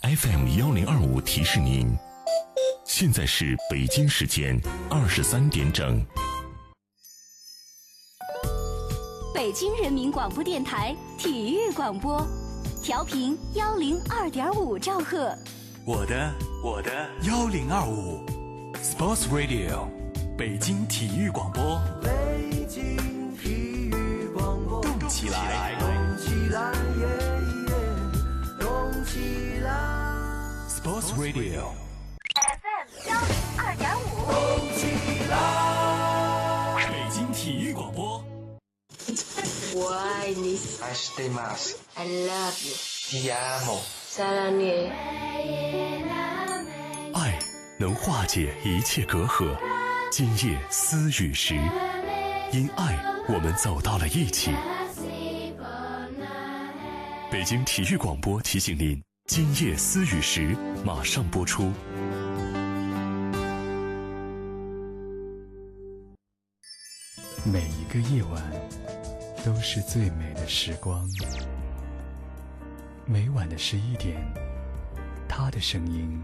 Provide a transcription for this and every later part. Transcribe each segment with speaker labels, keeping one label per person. Speaker 1: FM 幺零二五提示您，现在是北京时间二十三点整。
Speaker 2: 北京人民广播电台体育广播，调频幺零二点五兆赫，
Speaker 3: 我的我的幺零二五，Sports Radio，北京体育广播，
Speaker 4: 北京体育广播，
Speaker 3: 动起来
Speaker 4: 动起来耶耶，动起来，
Speaker 3: ，Sports Radio。
Speaker 2: 幺零二点五。
Speaker 4: 动起来。
Speaker 3: 北京体育广播，
Speaker 5: 我爱你
Speaker 6: I stay mass.
Speaker 5: ，I love you，
Speaker 6: Ti amo.
Speaker 5: 撒拉你。
Speaker 1: 爱能化解一切隔阂。今夜思雨时，因爱我们走到了一起。北京体育广播提醒您，今夜思雨时马上播出。
Speaker 7: 每一个夜晚都是最美的时光。每晚的十一点，他的声音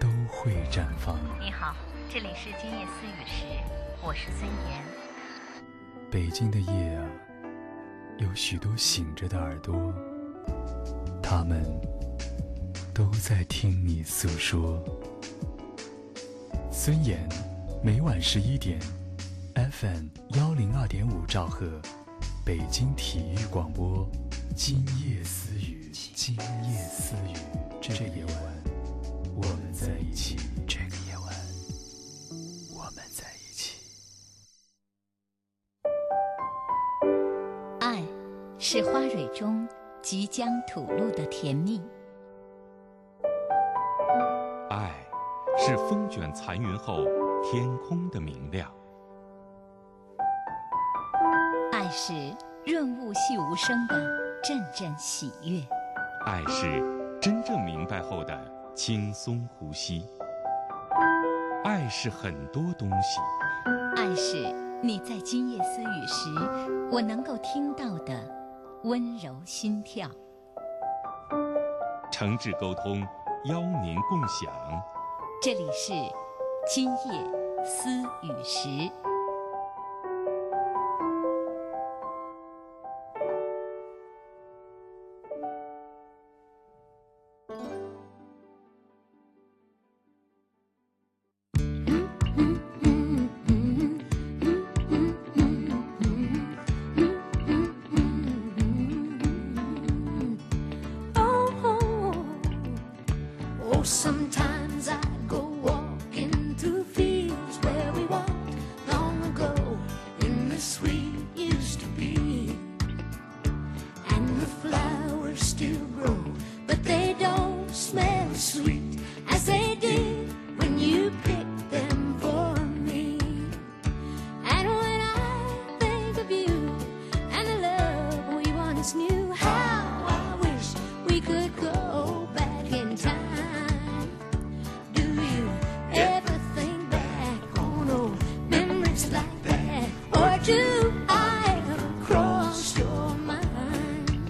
Speaker 7: 都会绽放。
Speaker 8: 你好，这里是今夜思雨时，我是孙岩。
Speaker 7: 北京的夜啊，有许多醒着的耳朵，他们都在听你诉说。孙岩，每晚十一点，FM 幺零二点五兆赫，北京体育广播，今夜私语，今夜私语，这个夜晚我们在一起，这个夜晚我们在一起。
Speaker 8: 爱是花蕊中即将吐露的甜蜜，
Speaker 9: 爱是风卷残云后天空的明亮，
Speaker 8: 爱是润物细无声的阵阵喜悦，
Speaker 9: 爱是真正明白后的轻松呼吸。爱是很多东西，
Speaker 8: 爱是你在今夜私语时我能够听到的温柔心跳。
Speaker 9: 诚挚沟通，邀您共享。
Speaker 8: 这里是今夜思雨时。
Speaker 10: Oh, sometimes I go walking through fields where we walked long ago in the sweet used to be. And the flowers still grow, but they don't smell sweet as they did when you picked them for me. And when I think of you and the love we once knew, how I wish we could go back in time. Do you ever think back on old memories like that? Or do I ever cross your mind?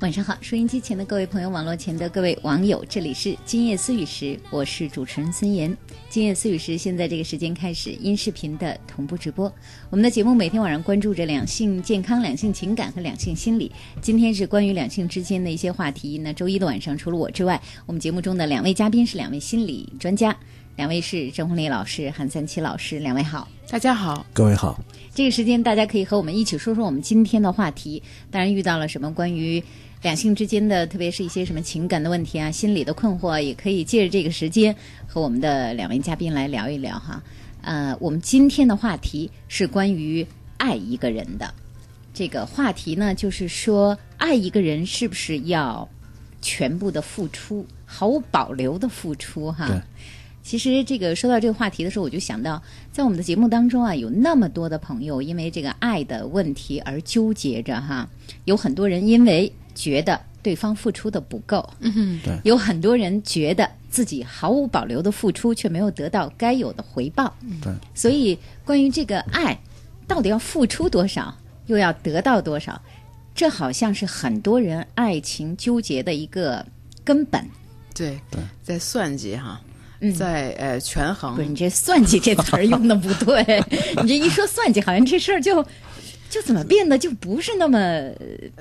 Speaker 8: 晚上好，收音机前的各位朋友，网络前的各位网友，这里是今夜思雨时，我是主持人孙岩。今夜思雨时现在这个时间开始音视频的同步直播。我们的节目每天晚上关注着两性健康、两性情感和两性心理。今天是关于两性之间的一些话题。那周一的晚上，除了我之外，我们节目中的两位嘉宾是两位心理专家，两位是郑红丽老师、韩三七老师，两位好。
Speaker 11: 大家好，
Speaker 7: 各位好，
Speaker 8: 这个时间大家可以和我们一起说说我们今天的话题。当然，遇到了什么关于两性之间的，特别是一些什么情感的问题啊、心理的困惑啊，也可以借着这个时间和我们的两位嘉宾来聊一聊哈。呃，我们今天的话题是关于爱一个人的。这个话题呢，就是说爱一个人是不是要全部的付出，毫无保留的付出哈？
Speaker 7: 对
Speaker 8: 其实这个说到这个话题的时候，我就想到，在我们的节目当中啊，有那么多的朋友因为这个爱的问题而纠结着哈，有很多人因为觉得对方付出的不够，嗯
Speaker 7: 对
Speaker 8: 有很多人觉得自己毫无保留的付出却没有得到该有的回报，
Speaker 7: 对，
Speaker 8: 所以关于这个爱，到底要付出多少，又要得到多少，这好像是很多人爱情纠结的一个根本。
Speaker 12: 对，在算计哈，
Speaker 8: 嗯
Speaker 12: 在呃权衡。
Speaker 8: 不是你这算计这词儿用的不对，你这一说算计，好像这事儿就就怎么变得就不是那么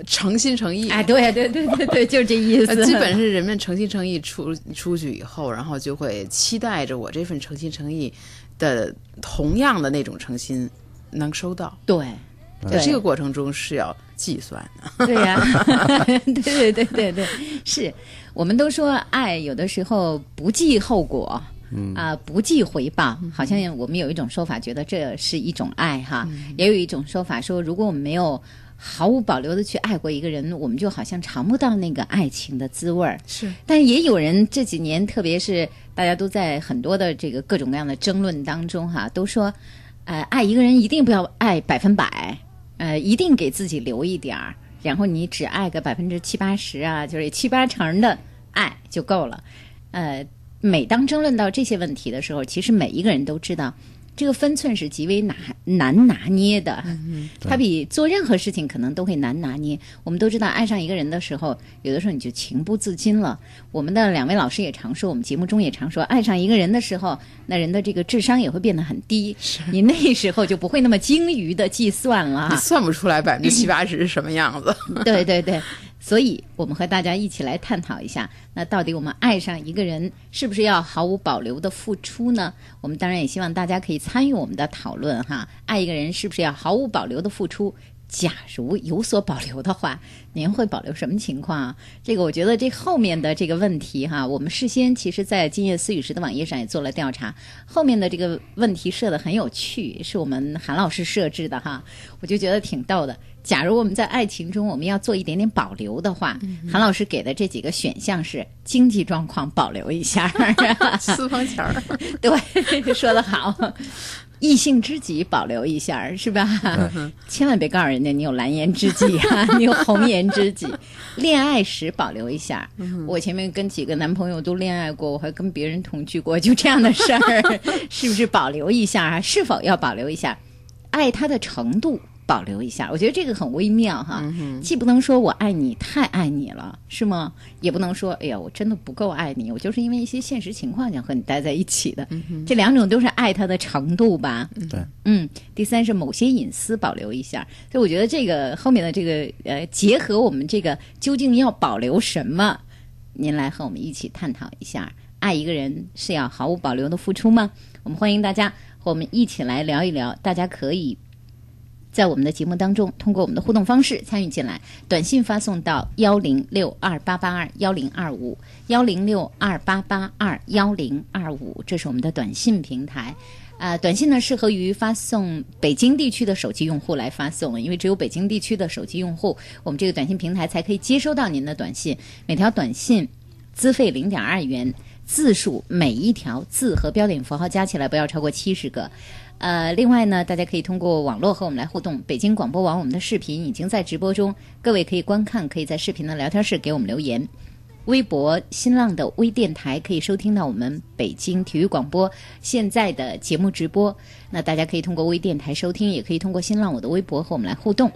Speaker 12: 诚心诚意。
Speaker 8: 哎，对对对对对，就这意
Speaker 12: 呃
Speaker 8: 思。
Speaker 12: 基本是人们诚心诚意出出去以后，然后就会期待着我这份诚心诚意的同样的那种诚心能收到。
Speaker 8: 对，
Speaker 12: 在
Speaker 8: 对
Speaker 12: 这个过程中是要计算 的。
Speaker 8: 对呀、对对对对对，是我们都说爱有的时候不计后果。
Speaker 10: 嗯
Speaker 8: 啊、不计回报，好像我们有一种说法，觉得这是一种爱哈，也有一种说法说，如果我们没有毫无保留的去爱过一个人，我们就好像尝不到那个爱情的滋味儿。
Speaker 12: 是
Speaker 8: 但也有人这几年，特别是大家都在很多的这个各种各样的争论当中哈、都说，呃，爱一个人一定不要爱百分百，呃，一定给自己留一点儿，然后你只爱个百分之七八十啊，就是七八成的爱就够了。呃，每当争论到这些问题的时候，其实每一个人都知道。这个分寸是极为拿难拿捏的，它比做任何事情可能都会难拿捏。我们都知道，爱上一个人的时候，有的时候你就情不自禁了。我们的两位老师也常说，我们节目中也常说，爱上一个人的时候，那人的这个智商也会变得很低，你那时候就不会那么精于的计算了
Speaker 12: 你
Speaker 8: 啊。
Speaker 12: 算不出来百分之七 八十是什么样子。
Speaker 8: 对对对， 所以我们和大家一起来探讨一下，那到底我们爱上一个人，是不是要毫无保留的付出呢？我们当然也希望大家可以参与我们的讨论哈。爱一个人是不是要毫无保留的付出？假如有所保留的话，您会保留什么情况啊？这个我觉得这后面的这个问题哈，我们事先其实，在今夜思雨时的网页上也做了调查，后面的这个问题设的很有趣，是我们韩老师设置的哈，我就觉得挺逗的。假如我们在爱情中我们要做一点点保留的话，韩老师给的这几个选项是经济状况保留一下，
Speaker 12: 私房 钱儿，
Speaker 8: 对，说得好，异性知己保留一下儿是吧？千万别告诉人家你有蓝颜知己啊，你有红颜知己。恋爱时保留一下儿，我前面跟几个男朋友都恋爱过，我还跟别人同居过，就这样的事儿，是不是保留一下啊？是否要保留一下？爱他的程度保留一下，我觉得这个很微妙哈。既不能说我爱你太爱你了，是吗？也不能说哎呀，我真的不够爱你，我就是因为一些现实情况想和你待在一起的。这两种都是爱他的程度吧。
Speaker 10: 对，
Speaker 8: 嗯，第三是某些隐私保留一下，所以我觉得这个后面的这个呃，结合我们这个究竟要保留什么，您来和我们一起探讨一下，爱一个人是要毫无保留的付出吗？我们欢迎大家和我们一起来聊一聊，大家可以在我们的节目当中，通过我们的互动方式参与进来，短信发送到幺零六二八八二幺零二五幺零六二八八二幺零二五，这是我们的短信平台。呃，短信呢适合于发送北京地区的手机用户来发送，因为只有北京地区的手机用户，我们这个短信平台才可以接收到您的短信。每条短信资费零点二元，字数每一条字和标点符号加起来不要超过七十个。呃，另外呢，大家可以通过网络和我们来互动。北京广播网我们的视频已经在直播中，各位可以观看，可以在视频的聊天室给我们留言。微博、新浪的微电台可以收听到我们北京体育广播现在的节目直播。那大家可以通过微电台收听，也可以通过新浪我的微博和我们来互动。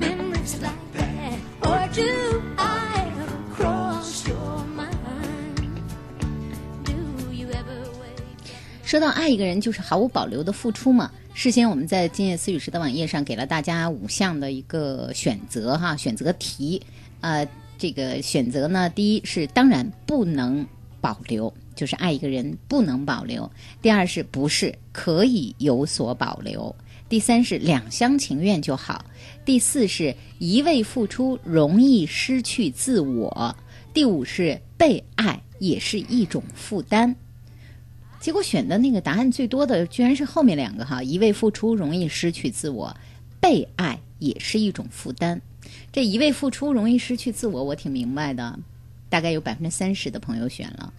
Speaker 13: memories like that, or do I cross your mind? Do you ever wake?
Speaker 8: 说到爱一个人，就是毫无保留的付出嘛。事先我们在今夜思雨时的网页上给了大家五项的一个选择哈，选择题。呃，这个选择呢，第一是当然不能保留，就是爱一个人不能保留；第二是不是可以有所保留；第三是两厢情愿就好；第四是一味付出容易失去自我；第五是被爱也是一种负担。结果选的那个答案最多的居然是后面两个哈，一味付出容易失去自我，被爱也是一种负担。这一味付出容易失去自我，我挺明白的，大概有百分之三十的朋友选了。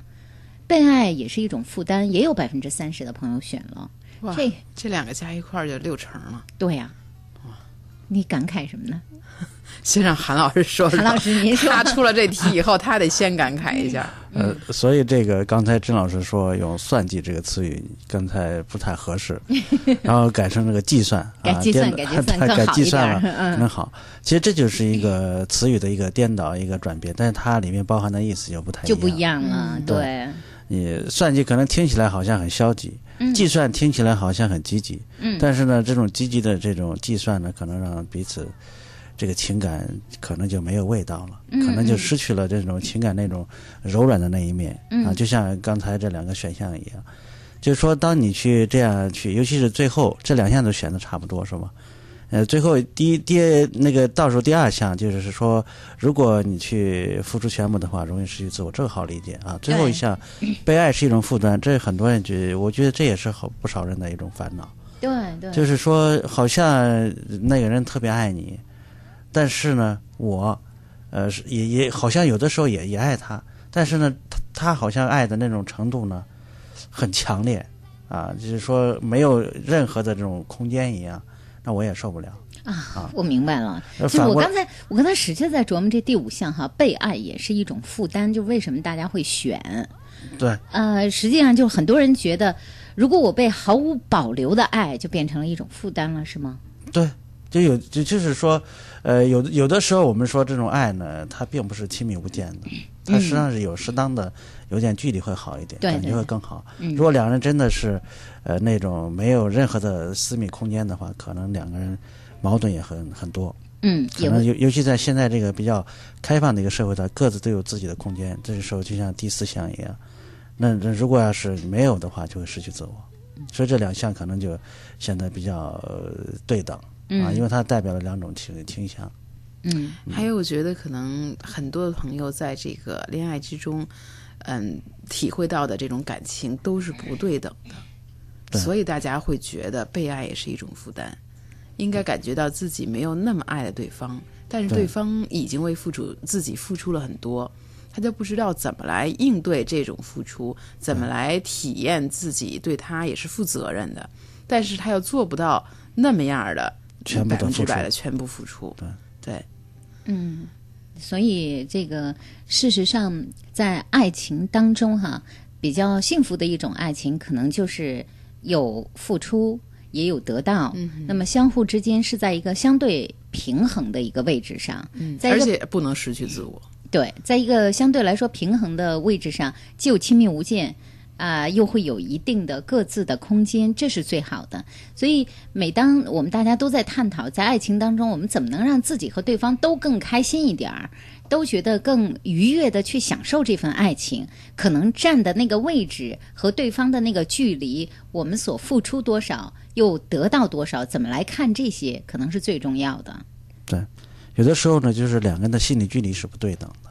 Speaker 8: 被爱也是一种负担，也有百分之三十的朋友选了。
Speaker 12: 哇
Speaker 8: 这
Speaker 12: 这两个加一块儿就六成了。
Speaker 8: 对呀、你感慨什么呢？
Speaker 12: 先让韩老师说说。
Speaker 8: 韩老师您说
Speaker 12: 他出了这题 以后，他得先感慨一下。
Speaker 7: 呃，所以这个刚才甄老师说用“算计”这个词语，刚才不太合 适，然后改成这个“计算”，
Speaker 8: 改
Speaker 7: 啊
Speaker 8: 计算
Speaker 7: 颠
Speaker 8: 改计算更
Speaker 7: 改
Speaker 8: 好
Speaker 7: 计
Speaker 8: 一点
Speaker 7: 算
Speaker 8: 儿
Speaker 7: 了，
Speaker 8: 嗯
Speaker 7: 可能好。其实这就是一个词语的一个颠倒，一个转变，但是它里面包含的意思就不太
Speaker 8: 就不一样了，
Speaker 7: 嗯
Speaker 8: 对，
Speaker 7: 你算计可能听起来好像很消极，
Speaker 8: 嗯
Speaker 7: 计算听起来好像很积极，
Speaker 8: 嗯
Speaker 7: 但是呢，这种积极的这种计算呢，可能让彼此这个情感可能就没有味道了，
Speaker 14: 嗯
Speaker 7: 可能就失去了这种情感那种柔软的那一面、
Speaker 14: 嗯
Speaker 7: 啊，就像刚才这两个选项一样，就是说，当你去这样去，尤其是最后这两项都选的差不多，是吗？呃，最后第一第一那个倒数第二项就是说，如果你去付出全部的话，容易失去自我，这个好理解啊。最后一项，被爱是一种负担，这很多人觉，我觉得这也是好不少人的一种烦恼，
Speaker 8: 对对，
Speaker 7: 就是说，好像那个人特别爱你，但是呢，我，呃，是也也好像有的时候也也爱他，但是呢，他他好像爱的那种程度呢，很强烈，啊，就是说没有任何的这种空间一样，那我也受不了。
Speaker 8: 啊
Speaker 7: 啊，
Speaker 8: 我明白了。
Speaker 7: 呃
Speaker 8: 就是
Speaker 7: 反
Speaker 8: 我
Speaker 7: 过来
Speaker 8: 刚才，我刚才使劲在琢磨这第五项哈，被爱也是一种负担，就为什么大家会选？
Speaker 7: 对，
Speaker 8: 呃，实际上就是很多人觉得，如果我被毫无保留的爱，就变成了一种负担了，是吗？
Speaker 7: 对，就有就就是说，呃，有的有的时候我们说这种爱呢，它并不是亲密无间的，它
Speaker 14: 嗯
Speaker 7: 实际上是有适当的有点距离会好一点，
Speaker 14: 对
Speaker 7: 感
Speaker 14: 对
Speaker 7: 觉
Speaker 14: 对
Speaker 7: 会更好。
Speaker 14: 嗯
Speaker 7: 如果两人真的是，呃，那种没有任何的私密空间的话，可能两个人矛盾也很很多。
Speaker 8: 嗯，
Speaker 7: 可
Speaker 8: 也
Speaker 7: 能
Speaker 8: 会
Speaker 7: 尤尤其在现在这个比较开放的一个社会的，各自都有自己的空间，这个时候就像第四项一样。那那如果要是没有的话，就会失去自我，所以这两项可能就显得比较、呃对等啊，
Speaker 12: 嗯
Speaker 7: 因为它代表了两种倾倾向。
Speaker 8: 嗯，
Speaker 12: 还有我觉得可能很多朋友在这个恋爱之中，嗯，体会到的这种感情都是不对等的，
Speaker 7: 对
Speaker 12: 所以大家会觉得被爱也是一种负担，应该感觉到自己没有那么爱了对方，但是
Speaker 7: 对
Speaker 12: 对方已经为付出自己付出了很多。他就不知道怎么来应对这种付出，怎么来体验自己对他也是负责任的，但是他又做不到那么样儿的
Speaker 7: 全部
Speaker 12: 百
Speaker 7: 的
Speaker 12: 分之
Speaker 7: 付出
Speaker 12: 百的全部付出。对对，
Speaker 8: 嗯，所以这个事实上，在爱情当中哈，比较幸福的一种爱情，可能就是有付出也有得到，
Speaker 7: 嗯
Speaker 8: 那么相互之间是在一个相对平衡的一个位置上，
Speaker 12: 嗯
Speaker 8: 在一
Speaker 12: 而
Speaker 8: 个
Speaker 12: 且不能失去自我。
Speaker 8: 对，在一个相对来说平衡的位置上，既有亲密无间，啊、又会有一定的各自的空间，这是最好的。所以，每当我们大家都在探讨在爱情当中，我们怎么能让自己和对方都更开心一点儿，都觉得更愉悦的去享受这份爱情，可能站的那个位置和对方的那个距离，我们所付出多少，又得到多少，怎么来看这些，可能是最重要的。
Speaker 7: 对，有的时候呢，就是两个人的心理距离是不对等的。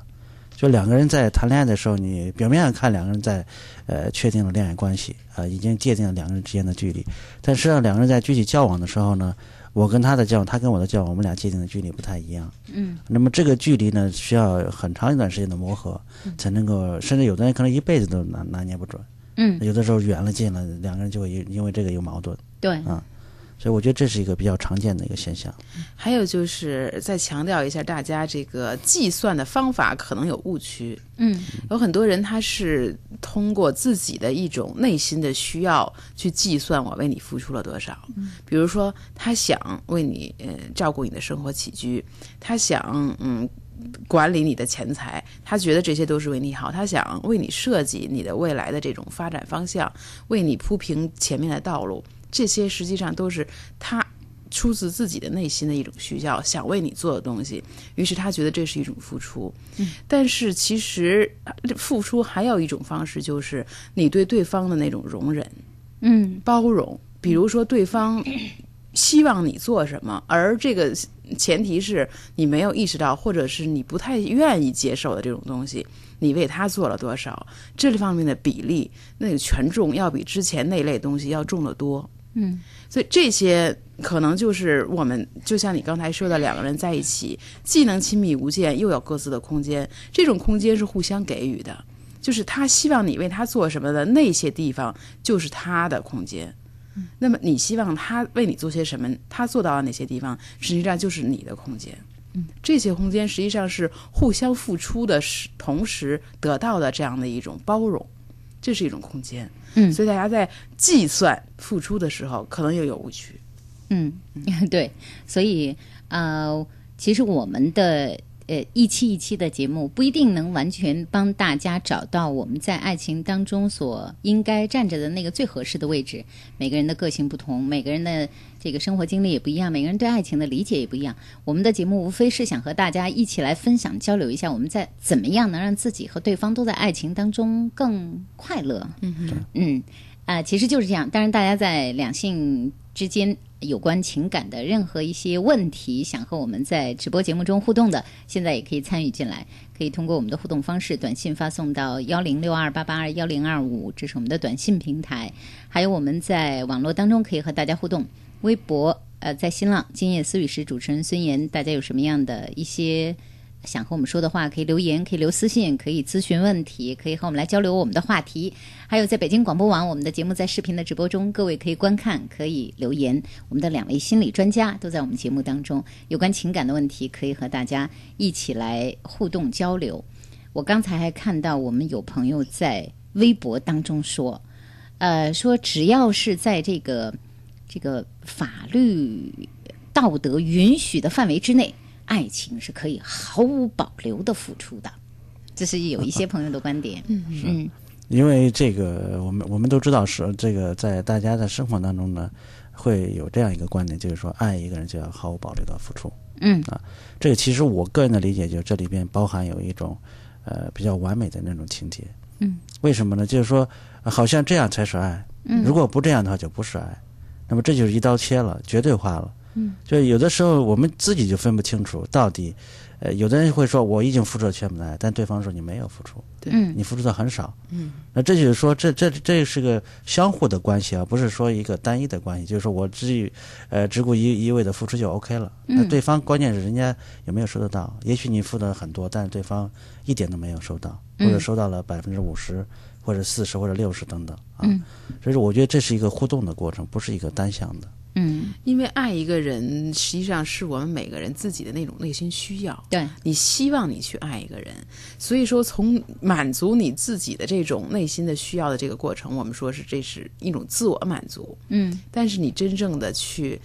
Speaker 7: 就两个人在谈恋爱的时候，你表面上看两个人在，呃，确定了恋爱关系，啊、已经界定了两个人之间的距离，但实际上两个人在具体交往的时候呢，我跟他的交往，他跟我的交往，我们俩界定的距离不太一样。
Speaker 8: 嗯
Speaker 7: 那么这个距离呢，需要很长一段时间的磨合，才能够，甚至有的人可能一辈子都拿拿捏不准。
Speaker 8: 嗯
Speaker 7: 有的时候远了近了，两个人就会因因为这个有矛盾。
Speaker 8: 对
Speaker 7: 啊，所以我觉得这是一个比较常见的一个现象。
Speaker 12: 还有就是再强调一下，大家这个计算的方法可能有误区。
Speaker 8: 嗯
Speaker 12: 有很多人他是通过自己的一种内心的需要去计算我为你付出了多少。
Speaker 14: 嗯
Speaker 12: 比如说，他想为你呃照顾你的生活起居，他想嗯管理你的钱财，他觉得这些都是为你好，他想为你设计你的未来的这种发展方向，为你铺平前面的道路，这些实际上都是他。出自自己的内心的一种需要，想为你做的东西，于是他觉得这是一种付出。
Speaker 14: 嗯
Speaker 12: 但是其实付出还有一种方式，就是你对对方的那种容忍、
Speaker 8: 嗯
Speaker 12: 包容。比如说，对方希望你做什么，而这个前提是你没有意识到，或者是你不太愿意接受的这种东西，你为他做了多少，这方面的比例，那个权重要比之前那类东西要重得多。
Speaker 8: 嗯
Speaker 12: 所以这些可能就是我们，就像你刚才说的，两个人在一起，既能亲密无间，又有各自的空间。这种空间是互相给予的，就是他希望你为他做什么的那些地方，就是他的空间。那么你希望他为你做些什么？他做到了哪些地方？实际上就是你的空间。
Speaker 8: 嗯，
Speaker 12: 这些空间实际上是互相付出的，是同时得到的这样的一种包容，这是一种空间。
Speaker 8: 嗯，
Speaker 12: 所以大家在计算付出的时候，可能又有误区。
Speaker 8: 嗯， 对，所以呃，其实我们的呃一期一期的节目不一定能完全帮大家找到我们在爱情当中所应该站着的那个最合适的位置。每个人的个性不同，每个人的这个生活经历也不一样，每个人对爱情的理解也不一样。我们的节目无非是想和大家一起来分享、交流一下，我们在怎么样能让自己和对方都在爱情当中更快乐。
Speaker 12: 嗯哼，
Speaker 8: 嗯，啊、其实就是这样。当然，大家在两性之间有关情感的任何一些问题，想和我们在直播节目中互动的，现在也可以参与进来，可以通过我们的互动方式，短信发送到幺零六二八八二幺零二五，这是我们的短信平台。还有我们在网络当中可以和大家互动，微博呃，在新浪今夜思雨时主持人孙岩，大家有什么样的一些？想和我们说的话，可以留言，可以留私信，可以咨询问题，可以和我们来交流我们的话题。还有在北京广播网，我们的节目在视频的直播中，各位可以观看，可以留言。我们的两位心理专家都在我们节目当中，有关情感的问题可以和大家一起来互动交流。我刚才还看到我们有朋友在微博当中说，呃，说只要是在这个这个法律道德允许的范围之内，爱情是可以毫无保留的付出的。这是有一些朋友的观点。嗯嗯
Speaker 7: 因为这个，我们我们都知道是这个，在大家的生活当中呢，会有这样一个观点，就是说，爱一个人就要毫无保留的付出。
Speaker 8: 嗯
Speaker 7: 啊，这个其实我个人的理解，就是这里边包含有一种呃比较完美的那种情节。
Speaker 8: 嗯
Speaker 7: 为什么呢？就是说，呃好像这样才是爱，
Speaker 8: 嗯
Speaker 7: 如果不这样的话就不是爱。那么这就是一刀切了，绝对化了。
Speaker 8: 嗯
Speaker 7: 就有的时候我们自己就分不清楚到底，呃，有的人会说我已经付出了全部的爱，但对方说你没有付出，
Speaker 12: 对
Speaker 8: 嗯
Speaker 7: 你付出的很少。
Speaker 12: 嗯
Speaker 7: 那这就是说，这这这是个相互的关系啊，不是说一个单一的关系。就是说我只与呃只顾一一味的付出就 OK 了。
Speaker 8: 嗯
Speaker 7: 那对方关键是人家有没有收得到？也许你付的很多，但是对方一点都没有收到，或
Speaker 8: 嗯
Speaker 7: 者收到了百分之五十，或者四十，或者六十等等啊。
Speaker 8: 嗯
Speaker 7: 所以说，我觉得这是一个互动的过程，不是一个单向的。
Speaker 8: 嗯，
Speaker 12: 因为爱一个人，实际上是我们每个人自己的那种内心需要。
Speaker 8: 对，
Speaker 12: 你希望你去爱一个人，所以说从满足你自己的这种内心的需要的这个过程，我们说是这是一种自我满足。
Speaker 8: 嗯
Speaker 12: 但是你真正的去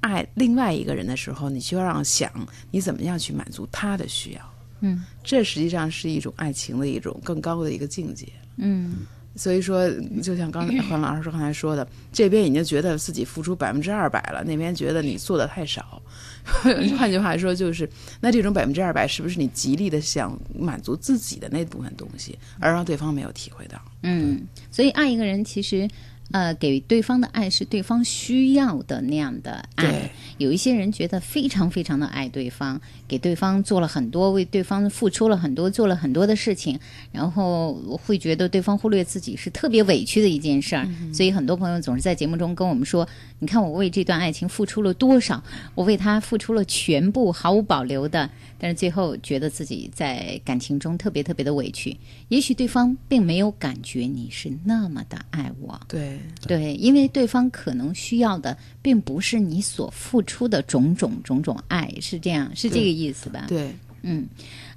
Speaker 12: 爱另外一个人的时候，你就要让想你怎么样去满足他的需要，
Speaker 8: 嗯
Speaker 12: 这实际上是一种爱情的一种更高的一个境界。
Speaker 8: 嗯
Speaker 12: 所以说，就像刚才黄老师刚才说的，这边已经觉得自己付出百分之二百了，那边觉得你做的太少。 换句话说，就是那这种百分之二百，是不是你极力的想满足自己的那部分东西，而让对方没有体会到？
Speaker 8: 嗯，所以爱一个人其实。呃，给对方的爱是对方需要的那样的爱
Speaker 12: 对。
Speaker 8: 有一些人觉得非常非常的爱对方，给对方做了很多，为对方付出了很多，做了很多的事情，然后会觉得对方忽略自己是特别委屈的一件事儿。所以很多朋友总是在节目中跟我们说：“你看我为这段爱情付出了多少，我为他付出了全部，毫无保留的。”但是最后觉得自己在感情中特别特别的委屈。也许对方并没有感觉你是那么的爱我，
Speaker 12: 对，
Speaker 8: 对，因为对方可能需要的并不是你所付出的种种种种爱，是这样，是这个
Speaker 12: 对
Speaker 8: 意思吧？
Speaker 12: 对，
Speaker 8: 嗯，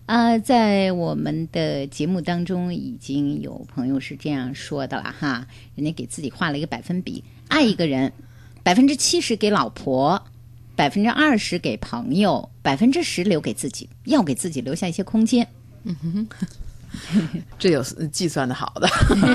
Speaker 8: 啊，在我们的节目当中，已经有朋友是这样说的了哈，人家给自己画了一个百分比，爱一个人，百分之七十给老婆，百分之二十给朋友，百分之十留给自己，要给自己留下一些空间，
Speaker 12: 这有呃计算的好的。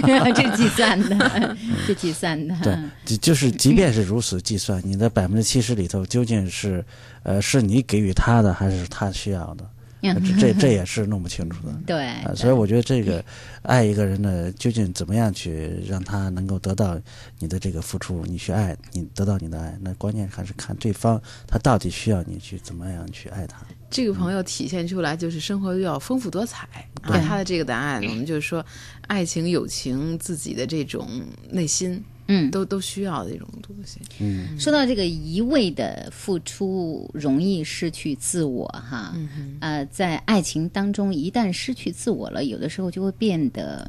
Speaker 8: 这计算的，这计算的，
Speaker 7: 对，就就是即便是如此计算，你的百分之七十里头究竟是呃是你给予他的，还是他需要的？
Speaker 8: 嗯
Speaker 7: 这这这也是弄不清楚的。
Speaker 8: 对
Speaker 7: 啊，所以我觉得这个爱一个人呢，究竟怎么样去让他能够得到你的这个付出，你去爱，你得到你的爱，那关键还是看对方他到底需要你去怎么样去爱他。
Speaker 12: 这个朋友体现出来就是生活要丰富多彩啊！他的这个答案，我们就是说，爱情、友情，自己的这种内心，
Speaker 8: 嗯，
Speaker 12: 都都需要的一种东西。
Speaker 7: 嗯，
Speaker 8: 说到这个一味的付出，容易失去自我哈。呃，在爱情当中，一旦失去自我了，有的时候就会变得，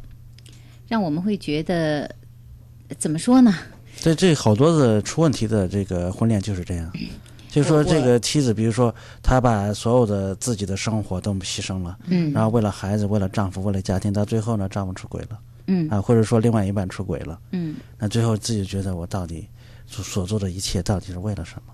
Speaker 8: 让我们会觉得怎么说呢？
Speaker 10: 这这好多的出问题的这个婚恋就是这样，就是说
Speaker 8: 我
Speaker 10: 这个妻子，比如说她把所有的自己的生活都牺牲了，
Speaker 8: 嗯
Speaker 10: 然后为了孩子，为了丈夫，为了家庭，到最后呢，丈夫出轨了，
Speaker 8: 嗯
Speaker 10: 啊，或者说另外一半出轨了，
Speaker 8: 嗯，
Speaker 10: 那最后自己觉得我到底所所做的一切到底是为了什么？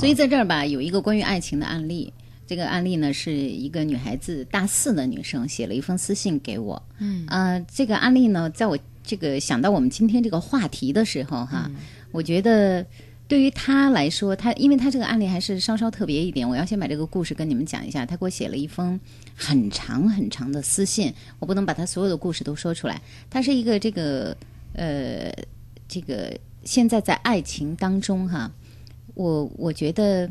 Speaker 8: 所以在这儿吧，有一个关于爱情的案例。这个案例呢，是一个女孩子大四的女生写了一封私信给我。
Speaker 12: 嗯
Speaker 8: 呃，这个案例呢，在我这个想到我们今天这个话题的时候哈，我觉得对于她来说，她因为她这个案例还是稍稍特别一点，我要先把这个故事跟你们讲一下。她给我写了一封很长很长的私信，我不能把她所有的故事都说出来。她是一个这个呃，这个现在在爱情当中哈，我我觉得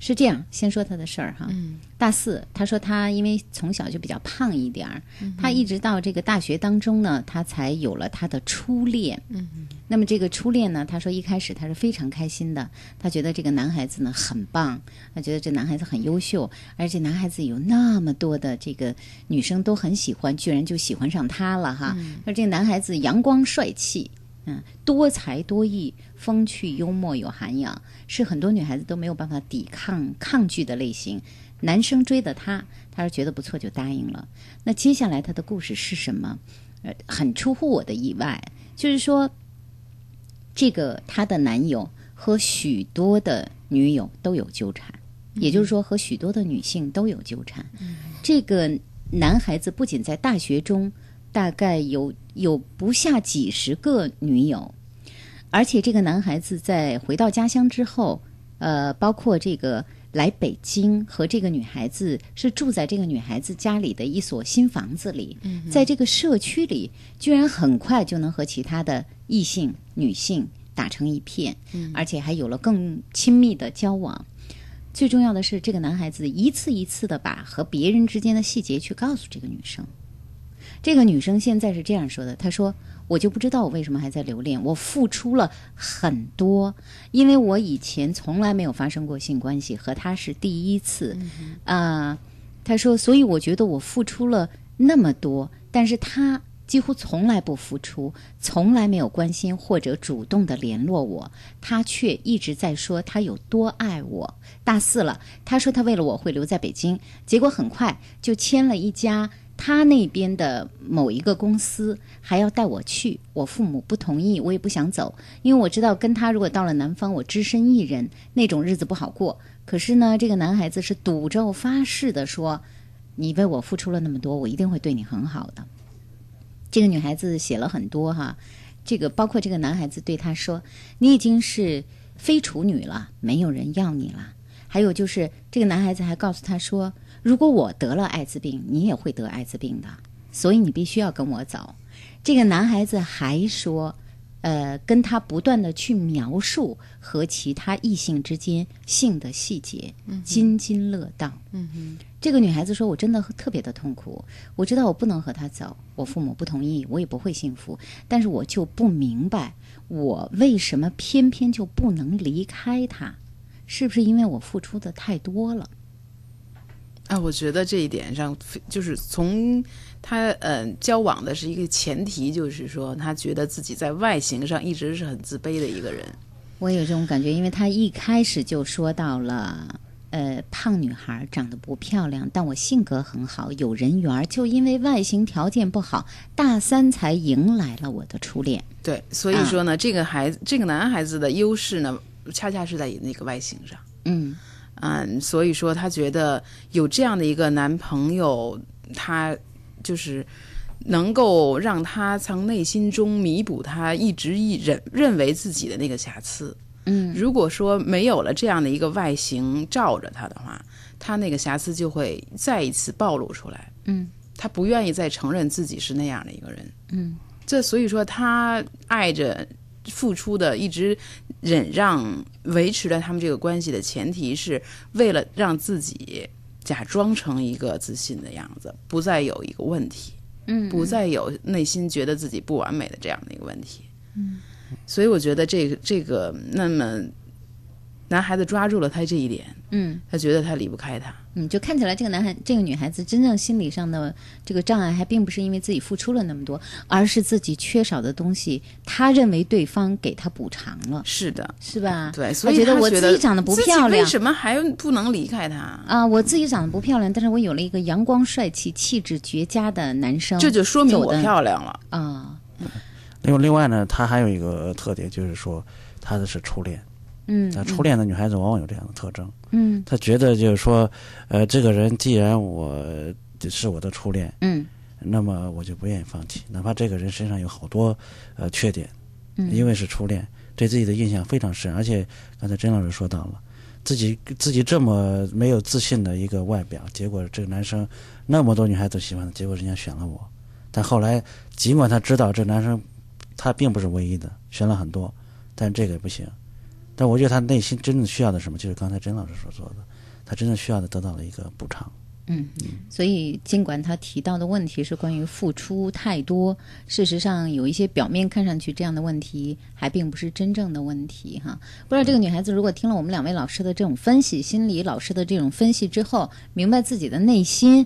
Speaker 8: 是这样，先说他的事儿哈。
Speaker 12: 嗯
Speaker 8: 大四，他说他因为从小就比较胖一点儿，
Speaker 12: 嗯哼
Speaker 8: 他一直到这个大学当中呢，他才有了他的初恋。
Speaker 12: 嗯
Speaker 8: 那么这个初恋呢，他说一开始他是非常开心的，他觉得这个男孩子呢很棒，他觉得这男孩子很优秀，而且男孩子有那么多的这个女生都很喜欢，居然就喜欢上他了哈。
Speaker 12: 嗯
Speaker 8: 说这个男孩子阳光帅气，嗯，多才多艺，风趣幽默有涵养，是很多女孩子都没有办法抵抗抗拒的类型。男生追的她，她是觉得不错就答应了。那接下来她的故事是什么？呃，很出乎我的意外，就是说，这个她的男友和许多的女友都有纠缠，也就是说和许多的女性都有纠缠。这个男孩子不仅在大学中大概有有不下几十个女友，而且这个男孩子在回到家乡之后，呃，包括这个来北京和这个女孩子是住在这个女孩子家里的一所新房子里，
Speaker 12: 嗯哼
Speaker 8: 在这个社区里，居然很快就能和其他的异性女性打成一片，
Speaker 12: 嗯
Speaker 8: 而且还有了更亲密的交往。最重要的是，这个男孩子一次一次的把和别人之间的细节去告诉这个女生。这个女生现在是这样说的：“她说，我就不知道我为什么还在留恋，我付出了很多，因为我以前从来没有发生过性关系，和他是第一次。啊、她说，所以我觉得我付出了那么多，但是他几乎从来不付出，从来没有关心或者主动的联络我，他却一直在说他有多爱我。大四了，他说他为了我会留在北京，结果很快就签了一家他那边的某一个公司，还要带我去。我父母不同意，我也不想走，因为我知道跟他如果到了南方，我只身一人，那种日子不好过。可是呢，这个男孩子是赌咒发誓的说，你为我付出了那么多，我一定会对你很好的。这个女孩子写了很多哈，这个包括这个男孩子对她说：“你已经是非处女了，没有人要你了。”还有就是这个男孩子还告诉她说：“如果我得了艾滋病，你也会得艾滋病的，所以你必须要跟我走。”这个男孩子还说。呃，跟他不断的去描述和其他异性之间性的细节，
Speaker 12: 嗯哼
Speaker 8: 津津乐道。
Speaker 12: 嗯哼
Speaker 8: 这个女孩子说：“我真的特别的痛苦，我知道我不能和他走，我父母不同意，我也不会幸福，但是我就不明白，我为什么偏偏就不能离开他？是不是因为我付出的太多了？
Speaker 12: 啊，我觉得这一点上，非就是从他呃交往的是一个前提，就是说他觉得自己在外形上一直是很自卑的一个人。
Speaker 8: 我有这种感觉，因为他一开始就说到了，呃，胖女孩长得不漂亮，但我性格很好，有人缘儿，就因为外形条件不好，大三才迎来了我的初恋。
Speaker 12: 对，所以说呢，这个孩子，这个男孩子的优势呢，恰恰是在那个外形上。
Speaker 8: 嗯
Speaker 12: 嗯，所以说她觉得有这样的一个男朋友，她就是能够让她从内心中弥补她一直一认认为自己的那个瑕疵。
Speaker 8: 嗯，
Speaker 12: 如果说没有了这样的一个外形罩着她的话，她那个瑕疵就会再一次暴露出来。
Speaker 8: 嗯
Speaker 12: 她不愿意再承认自己是那样的一个人。
Speaker 8: 嗯
Speaker 12: 这所以说，她爱着付出的，一直忍让，维持了他们这个关系的前提是为了让自己假装成一个自信的样子，不再有一个问题，
Speaker 8: 嗯
Speaker 12: 不再有内心觉得自己不完美的这样的一个问题。
Speaker 8: 嗯
Speaker 12: 所以我觉得这个这个，那么男孩子抓住了他这一点，
Speaker 8: 嗯
Speaker 12: 他觉得他离不开他。
Speaker 8: 嗯，就看起来这个男孩、这个女孩子真正心理上的这个障碍，还并不是因为自己付出了那么多，而是自己缺少的东西，他认为对方给他补偿了。
Speaker 12: 是的，
Speaker 8: 是吧？
Speaker 12: 对，所以
Speaker 8: 他觉得
Speaker 12: 他
Speaker 8: 我自己长得不漂
Speaker 12: 自己为
Speaker 8: 亮
Speaker 12: 什么还不能离开他？
Speaker 8: 啊，我自己长得不漂亮，但是我有了一个阳光、帅气、气质绝佳的男生，
Speaker 12: 这就说明我漂亮
Speaker 8: 了啊。
Speaker 10: 另外另外呢，她还有一个特点就是说，她的是初恋。
Speaker 8: 嗯
Speaker 10: 那初恋的女孩子往往有这样的特征。
Speaker 8: 嗯
Speaker 10: 她觉得就是说，呃，这个人既然我是我的初恋，
Speaker 8: 嗯，
Speaker 10: 那么我就不愿意放弃，哪怕这个人身上有好多呃缺点，
Speaker 8: 嗯
Speaker 10: 因为是初恋，对自己的印象非常深。而且刚才甄老师说到了，自己自己这么没有自信的一个外表，结果这个男生那么多女孩子喜欢，结果人家选了我。但后来尽管他知道这男生他并不是唯一的，选了很多，但这个也不行。但我觉得他内心真正需要的是什么，就是刚才甄老师所说的，他真正需要的得到了一个补偿。
Speaker 8: 嗯，所以尽管他提到的问题是关于付出太多，事实上有一些表面看上去这样的问题，还并不是真正的问题哈。不知道这个女孩子如果听了我们两位老师的这种分析，心理老师的这种分析之后，明白自己的内心，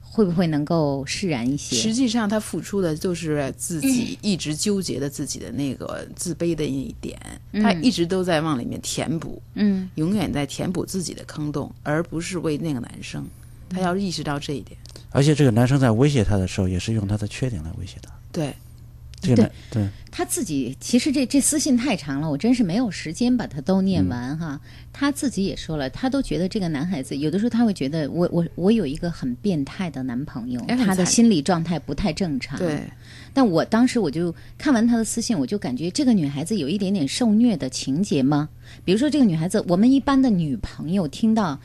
Speaker 8: 会不会能够释然一些？
Speaker 12: 实际上，他付出的就是
Speaker 8: 嗯
Speaker 12: 自己一直纠结的自己的那个自卑的一点，
Speaker 8: 嗯
Speaker 12: 他一直都在往里面填补，
Speaker 8: 嗯，
Speaker 12: 永远在填补自己的坑洞，而不是为那个男生。
Speaker 8: 嗯
Speaker 12: 他要意识到这一点，
Speaker 10: 而且这个男生在威胁她的时候，也是用他的缺点来威胁她。
Speaker 12: 对，
Speaker 10: 这个男对
Speaker 8: 他自己其实这这私信太长了，我真是没有时间把它都
Speaker 12: 嗯
Speaker 8: 念完哈。他自己也说了，他都觉得这个男孩子有的时候他会觉得我我我有一个很变态的男朋友，
Speaker 12: 哎很
Speaker 8: 他的
Speaker 12: 惨
Speaker 8: 心理状态不太正常。
Speaker 12: 对，
Speaker 8: 但我当时我就看完他的私信，我就感觉这个女孩子有一点点受虐的情节吗？比如说这个女孩子，我们一般的女朋友听到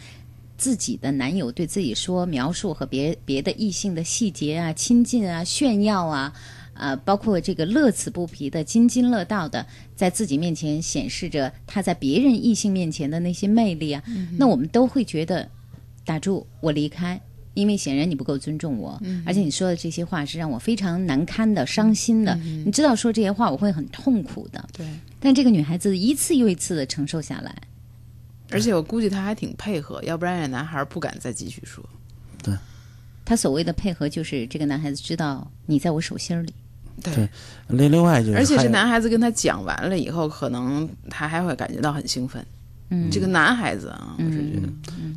Speaker 8: 自己的男友对自己说描述和别别的异性的细节啊、亲近啊、炫耀啊，啊，包括这个乐此不疲的、津津乐道的，在自己面前显示着他在别人异性面前的那些魅力啊，
Speaker 13: 嗯哼
Speaker 8: 那我们都会觉得打住，我离开。因为显然你不够尊重我，
Speaker 13: 嗯哼
Speaker 8: 而且你说的这些话是让我非常难堪的、伤心的。你知道说这些话我会很痛苦的，
Speaker 12: 对。
Speaker 8: 但这个女孩子一次又一次的承受下来，
Speaker 12: 而且我估计他还挺配合，要不然这男孩不敢再继续说。
Speaker 8: 她所谓的配合就是这个男孩子知道你在我手心里，
Speaker 12: 对，
Speaker 10: 另另外就是
Speaker 12: 而且
Speaker 10: 还
Speaker 12: 这
Speaker 10: 有
Speaker 12: 男孩子跟他讲完了以后，可能他还会感觉到很兴奋。
Speaker 8: 嗯
Speaker 12: 这个男孩子啊，我是觉得，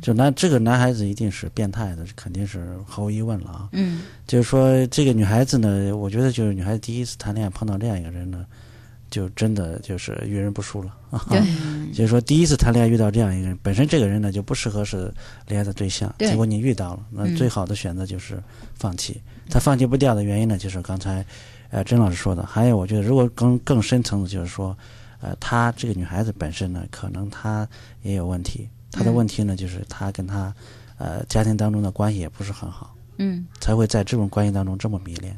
Speaker 10: 就男这个男孩子一定是变态的，肯定是毫无疑问了啊。
Speaker 8: 嗯，
Speaker 10: 就是说这个女孩子呢，我觉得就是女孩子第一次谈恋爱碰到这样一个人呢，就真的就是遇人不淑了。
Speaker 8: 对，
Speaker 10: 就是说第一次谈恋爱遇到这样一个人，本身这个人呢就不适合是恋爱的对象，
Speaker 8: 对
Speaker 10: 啊结果你遇到了，那
Speaker 8: 嗯
Speaker 10: 最好的选择就是放弃。他放弃不掉的原因呢，就是刚才呃甄老师说的，还有我觉得如果更更深层的，就是说呃她这个女孩子本身呢，可能她也有问题，她的
Speaker 8: 嗯
Speaker 10: 问题呢就是她跟她呃家庭当中的关系也不是很好，
Speaker 8: 嗯，
Speaker 10: 才会在这种关系当中这么迷恋。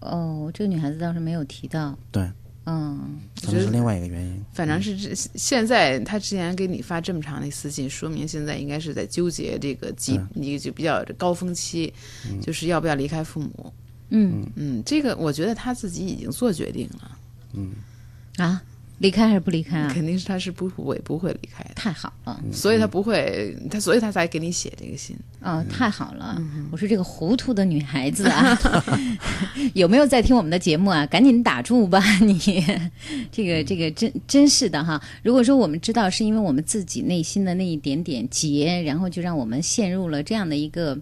Speaker 8: 哦，这个女孩子倒是没有提到，
Speaker 10: 对，
Speaker 8: 嗯，
Speaker 10: 可能是另外一个原因。
Speaker 12: 反正是这现在他之前给你发这么长的私信，说明现在应该是在纠结这个极，
Speaker 10: 嗯
Speaker 12: 你就比较高峰期，就是要不要离开父母。
Speaker 8: 嗯
Speaker 12: 嗯，这个我觉得他自己已经做决定了，
Speaker 8: 啊，离开还是不离开啊？
Speaker 12: 肯定是他是不会不会离开的。
Speaker 8: 太好了，
Speaker 10: 嗯
Speaker 12: 所以他不会，他所以他才给你写这个信。
Speaker 8: 啊、太好了！我说这个糊涂的女孩子啊， 有没有在听我们的节目啊？赶紧打住吧， 你这个这个真真是的哈。如果说我们知道是因为我们自己内心的那一点点结，然后就让我们陷入了这样的一个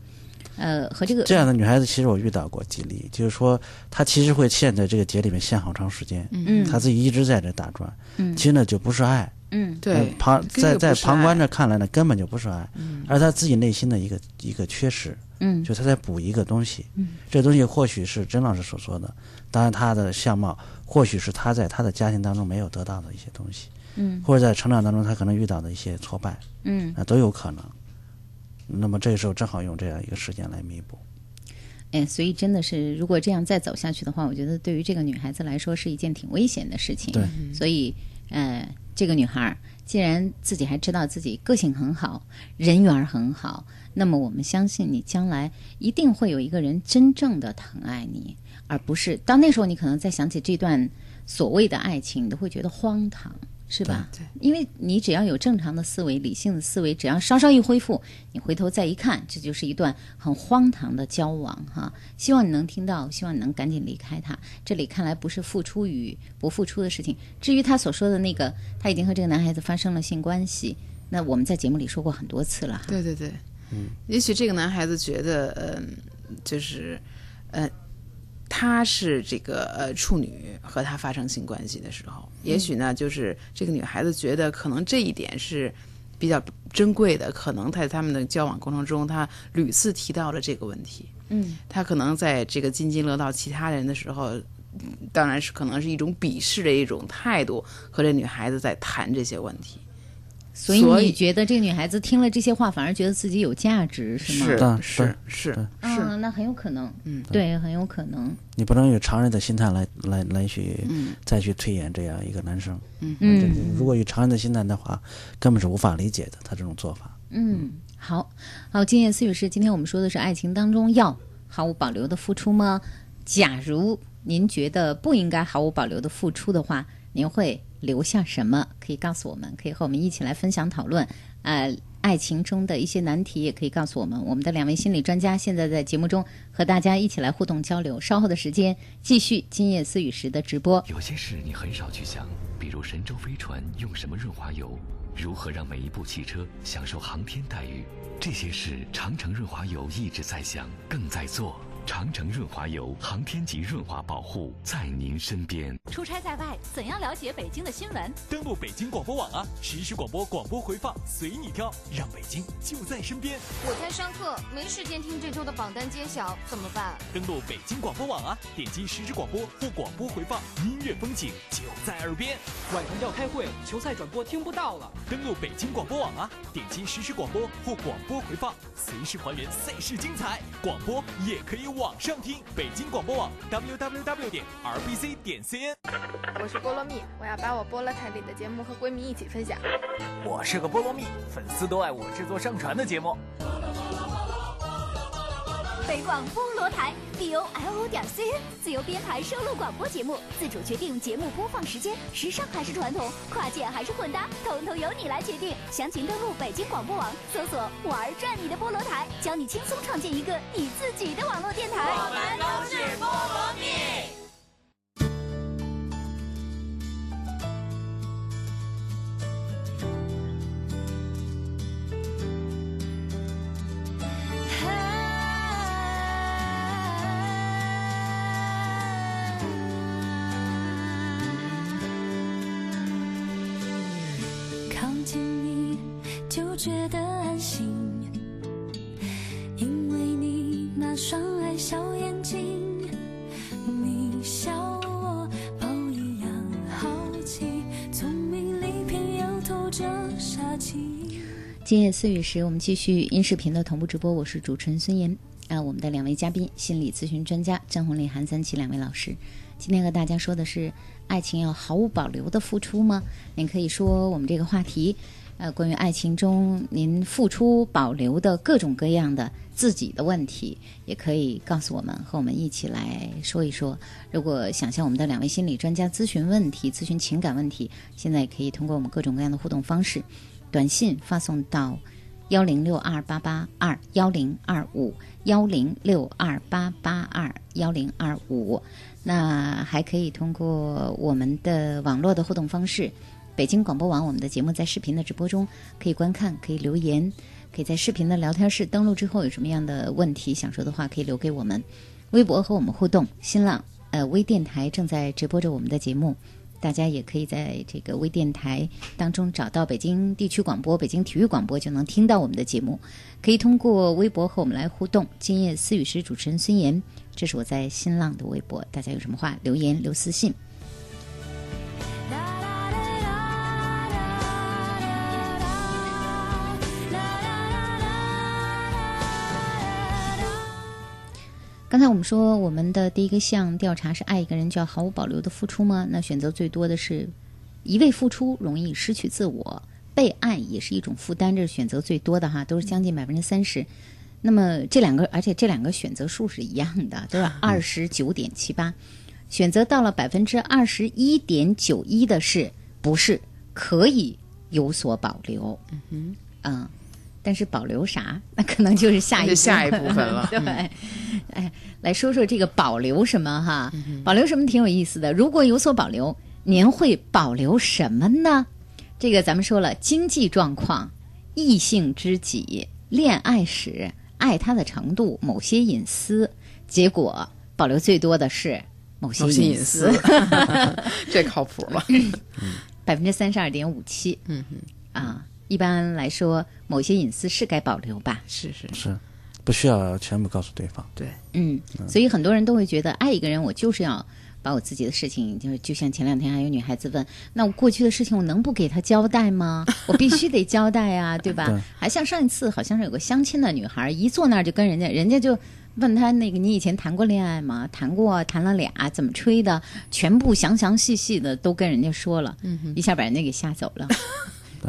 Speaker 8: 呃和这个
Speaker 10: 这样的女孩子，其实我遇到过几例，就是说她其实会陷在这个结里面陷好长时间，
Speaker 8: 嗯
Speaker 10: 她自己一直在这打转，
Speaker 8: 嗯
Speaker 10: 其实呢就不是爱，
Speaker 8: 嗯
Speaker 10: 呃
Speaker 12: 对，
Speaker 10: 旁
Speaker 12: 这个
Speaker 10: 在
Speaker 12: 不
Speaker 10: 在
Speaker 12: 是
Speaker 10: 旁
Speaker 12: 爱
Speaker 10: 观者看来呢，根本就不是爱，而她自己内心的一个一个缺失，
Speaker 8: 嗯
Speaker 10: 就她在补一个东西，
Speaker 8: 嗯
Speaker 10: 这东西或许是甄老师所说的，当然她的相貌，或许是她在她的家庭当中没有得到的一些东西，
Speaker 8: 嗯
Speaker 10: 或者在成长当中她可能遇到的一些挫败，
Speaker 8: 嗯
Speaker 10: 啊都有可能，那么这个时候正好用这样一个时间来弥补。
Speaker 8: 哎，所以真的是，如果这样再走下去的话，我觉得对于这个女孩子来说是一件挺危险的事情。
Speaker 10: 对，
Speaker 8: 所以，呃，这个女孩儿既然自己还知道自己个性很好，人缘儿很好，那么我们相信你将来一定会有一个人真正的疼爱你，而不是到那时候你可能再想起这段所谓的爱情，你都会觉得荒唐。是吧？对，因为你只要有正常的思维、理性的思维，只要稍稍一恢复，你回头再一看，这就是一段很荒唐的交往哈。希望你能听到，希望你能赶紧离开他。这里看来不是付出与不付出的事情。至于他所说的那个，他已经和这个男孩子发生了性关系，那我们在节目里说过很多次了哈。
Speaker 12: 对对对，嗯，也许这个男孩子觉得，嗯、就是，呃，他是这个呃处女和他发生性关系的时候，
Speaker 8: 嗯
Speaker 12: 也许呢，就是这个女孩子觉得可能这一点是比较珍贵的，可能在他们的交往过程中，她屡次提到了这个问题。
Speaker 8: 嗯
Speaker 12: 他可能在这个津津乐道其他人的时候，嗯当然是可能是一种鄙视的一种态度，和这女孩子在谈这些问题。
Speaker 8: 所以你觉得这个女孩子听了这些话，反而觉得自己有价值，
Speaker 12: 嗯
Speaker 8: 是吗？
Speaker 10: 对
Speaker 12: 是
Speaker 10: 是，对
Speaker 8: 嗯，那很有可能，
Speaker 12: 嗯，
Speaker 8: 对，很有可能，
Speaker 10: 你不能有常人的心态来来来去
Speaker 8: 嗯
Speaker 10: 再去推演这样一个男生。
Speaker 12: 嗯
Speaker 10: 这
Speaker 8: 嗯
Speaker 10: 如果有常人的心态的话，根本是无法理解的他这种做法。
Speaker 8: 嗯，好，好，今夜思雨是今天我们说的是爱情当中要毫无保留的付出吗？假如您觉得不应该毫无保留的付出的话，您会留下什么？可以告诉我们，可以和我们一起来分享讨论。呃，爱情中的一些难题也可以告诉我们。我们的两位心理专家现在在节目中和大家一起来互动交流。稍后的时间继续今夜思雨时的直播。
Speaker 1: 有些事你很少去想，比如神舟飞船用什么润滑油，如何让每一部汽车享受航天待遇，这些事长城润滑油一直在想，更在做。长城润滑油，航天级润滑保护在您身边。
Speaker 2: 出差在外，哎怎样了解北京的新闻？
Speaker 3: 登录北京广播网啊，实时广播、广播回放随你挑，让北京就在身边。
Speaker 15: 我在上课，没时间听这周的榜单揭晓，怎么办？
Speaker 3: 登录北京广播网啊，点击实时广播或广播回放，音乐风景就在耳边。晚上要开会，球赛转播听不到了。登录北京广播网啊，点击实时广播或广播回放，随时还原赛事精彩。广播也可以网上听，北京广播网 www 点 rbc 点 cn。
Speaker 16: 我是菠萝蜜，我要把我菠萝台里的节目和闺蜜一起分享。
Speaker 3: 我是个菠萝蜜，粉丝都爱我制作上传的节目。
Speaker 2: 北广菠萝台 b o l o 点 c n 自由编排收录广播节目，自主决定节目播放时间，时尚还是传统，跨界还是混搭，统统由你来决定。详情登录北京广播网，搜索“玩转你的菠萝台”，教你轻松创建一个你自己的网络电台。
Speaker 13: 我们都是菠萝
Speaker 2: 蜜。
Speaker 13: 靠近你就觉得安心，因为你那双爱小眼睛，你笑我猫一样好奇，聪明里偏又透着傻气。
Speaker 8: 今夜思雨时，我们继续音视频的同步直播，我是主持人孙岩。啊，我们的两位嘉宾，心理咨询专家张红丽、韩三奇两位老师，今天和大家说的是，爱情要毫无保留的付出吗？您可以说我们这个话题，呃，关于爱情中您付出保留的各种各样的自己的问题，也可以告诉我们，和我们一起来说一说。如果想向我们的两位心理专家咨询问题、咨询情感问题，现在也可以通过我们各种各样的互动方式，短信发送到幺零六二八八二幺零二五幺零六二八八二幺零二五。那还可以通过我们的网络的互动方式，北京广播网我们的节目在视频的直播中可以观看，可以留言，可以在视频的聊天室登录之后有什么样的问题想说的话可以留给我们。微博和我们互动，新浪呃微电台正在直播着我们的节目，大家也可以在这个微电台当中找到北京地区广播、北京体育广播，就能听到我们的节目。可以通过微博和我们来互动。今夜思雨时，主持人孙岩，这是我在新浪的微博，大家有什么话留言留私信。刚才我们说，我们的第一个项调查是爱一个人就要毫无保留的付出吗？那选择最多的是一味付出容易失去自我，被爱也是一种负担，这是选择最多的哈，都是将近百分之三十。那么这两个，而且这两个选择数是一样的，都是二十九点七八。选择到了百分之二十一点九一的是不是可以有所保留。嗯哼，嗯，但是保留啥？那可能就是下一
Speaker 12: 就下一部分了
Speaker 8: 对，
Speaker 12: 嗯
Speaker 8: 哎，来说说这个保留什么哈？
Speaker 12: 嗯
Speaker 8: 保留什么挺有意思的。如果有所保留，您会保留什么呢？这个咱们说了，经济状况、异性知己、恋爱史、爱他的程度、某些隐私，结果保留最多的是某些
Speaker 12: 某些
Speaker 8: 隐
Speaker 12: 隐私这靠谱了，
Speaker 8: 百分之三十二点五七。
Speaker 12: 嗯
Speaker 8: 啊，一般来说，某些隐私是该保留吧？
Speaker 12: 是是
Speaker 10: 是，不需要全部告诉对方。
Speaker 12: 对，
Speaker 8: 嗯，所以很多人都会觉得，爱一个人，我就是要把我自己的事情，就是就像前两天还有女孩子问，那我过去的事情我能不给他交代吗？我必须得交代啊，对吧？
Speaker 9: 对
Speaker 8: 还像上一次，好像是有个相亲的女孩，一坐那儿就跟人家，人家就。问她那个你以前谈过恋爱吗？谈过，啊谈了俩，怎么吹的？全部详详细细的都跟人家说了，
Speaker 12: 嗯哼
Speaker 8: 一下把人家给吓走了，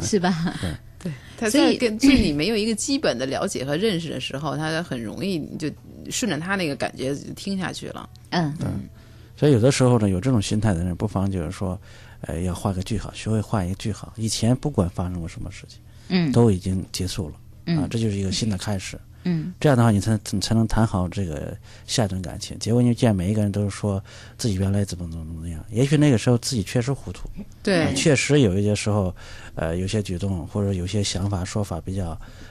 Speaker 8: 是吧？
Speaker 10: 对
Speaker 12: 他
Speaker 8: 所
Speaker 12: 在
Speaker 8: 以
Speaker 12: 跟对你没有一个基本的了解和认识的时候，他很容易就顺着他那个感觉就听下去了。
Speaker 8: 嗯
Speaker 10: 嗯，所以有的时候呢，有这种心态的人，不妨就是说，呃，要画个句号，学会画一个句号。以前不管发生过什么事情，
Speaker 8: 嗯
Speaker 10: 都已经结束了，啊
Speaker 8: 嗯，
Speaker 10: 这就是一个新的开始。
Speaker 8: 嗯
Speaker 10: 这样的话，你才你才能谈好这个下一段感情。结果你见每一个人都是说自己原来怎么怎么怎么样，也许那个时候自己确实糊涂，
Speaker 12: 对
Speaker 10: 啊确实有一些时候，呃，有些举动或者有些想法说法比较，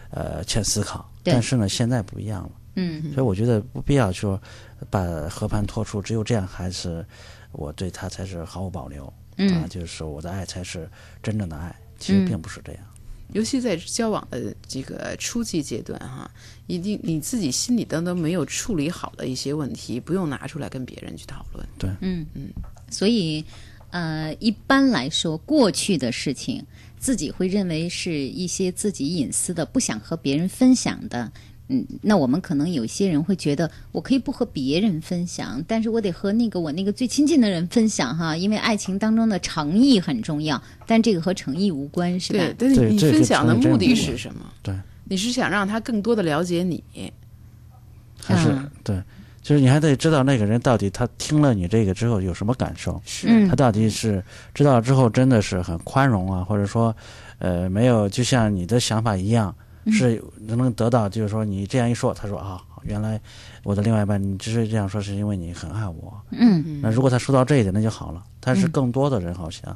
Speaker 10: 呃，欠思考。
Speaker 8: 对
Speaker 10: 但是呢，现在不一样了，
Speaker 8: 嗯
Speaker 10: 所以我觉得不必要说把和盘托出，只有这样还是我对他才是毫无保留，
Speaker 12: 嗯
Speaker 10: 啊，就是说我的爱才是真正的爱，其实
Speaker 12: 嗯
Speaker 10: 并不是这样。
Speaker 12: 尤其在交往的这个初级阶段哈，一定你自己心里当中没有处理好的一些问题，不用拿出来跟别人去讨论。
Speaker 10: 对
Speaker 8: 嗯
Speaker 12: 嗯，
Speaker 8: 所以呃，一般来说，过去的事情自己会认为是一些自己隐私的，不想和别人分享的。嗯，那我们可能有一些人会觉得，我可以不和别人分享，但是我得和那个我那个最亲近的人分享哈，因为爱情当中的诚意很重要，但这个和诚意无关，是吧？
Speaker 12: 对，但是你分享的目的是什么？
Speaker 10: 对，
Speaker 12: 你是想让他更多的了解你，
Speaker 10: 还是、
Speaker 12: 嗯
Speaker 10: 对，就是你还得知道那个人到底他听了你这个之后有什么感受，
Speaker 12: 是嗯
Speaker 10: 他到底是知道了之后真的是很宽容啊，或者说，呃，没有就像你的想法一样，
Speaker 17: 嗯
Speaker 10: 是能能得到，就是说你这样一说，他说啊，原来我的另外一半你之所以这样说，是因为你很爱我。
Speaker 8: 嗯
Speaker 10: 那如果他说到这一点，那就好了。但是
Speaker 12: 嗯
Speaker 10: 更多的人好像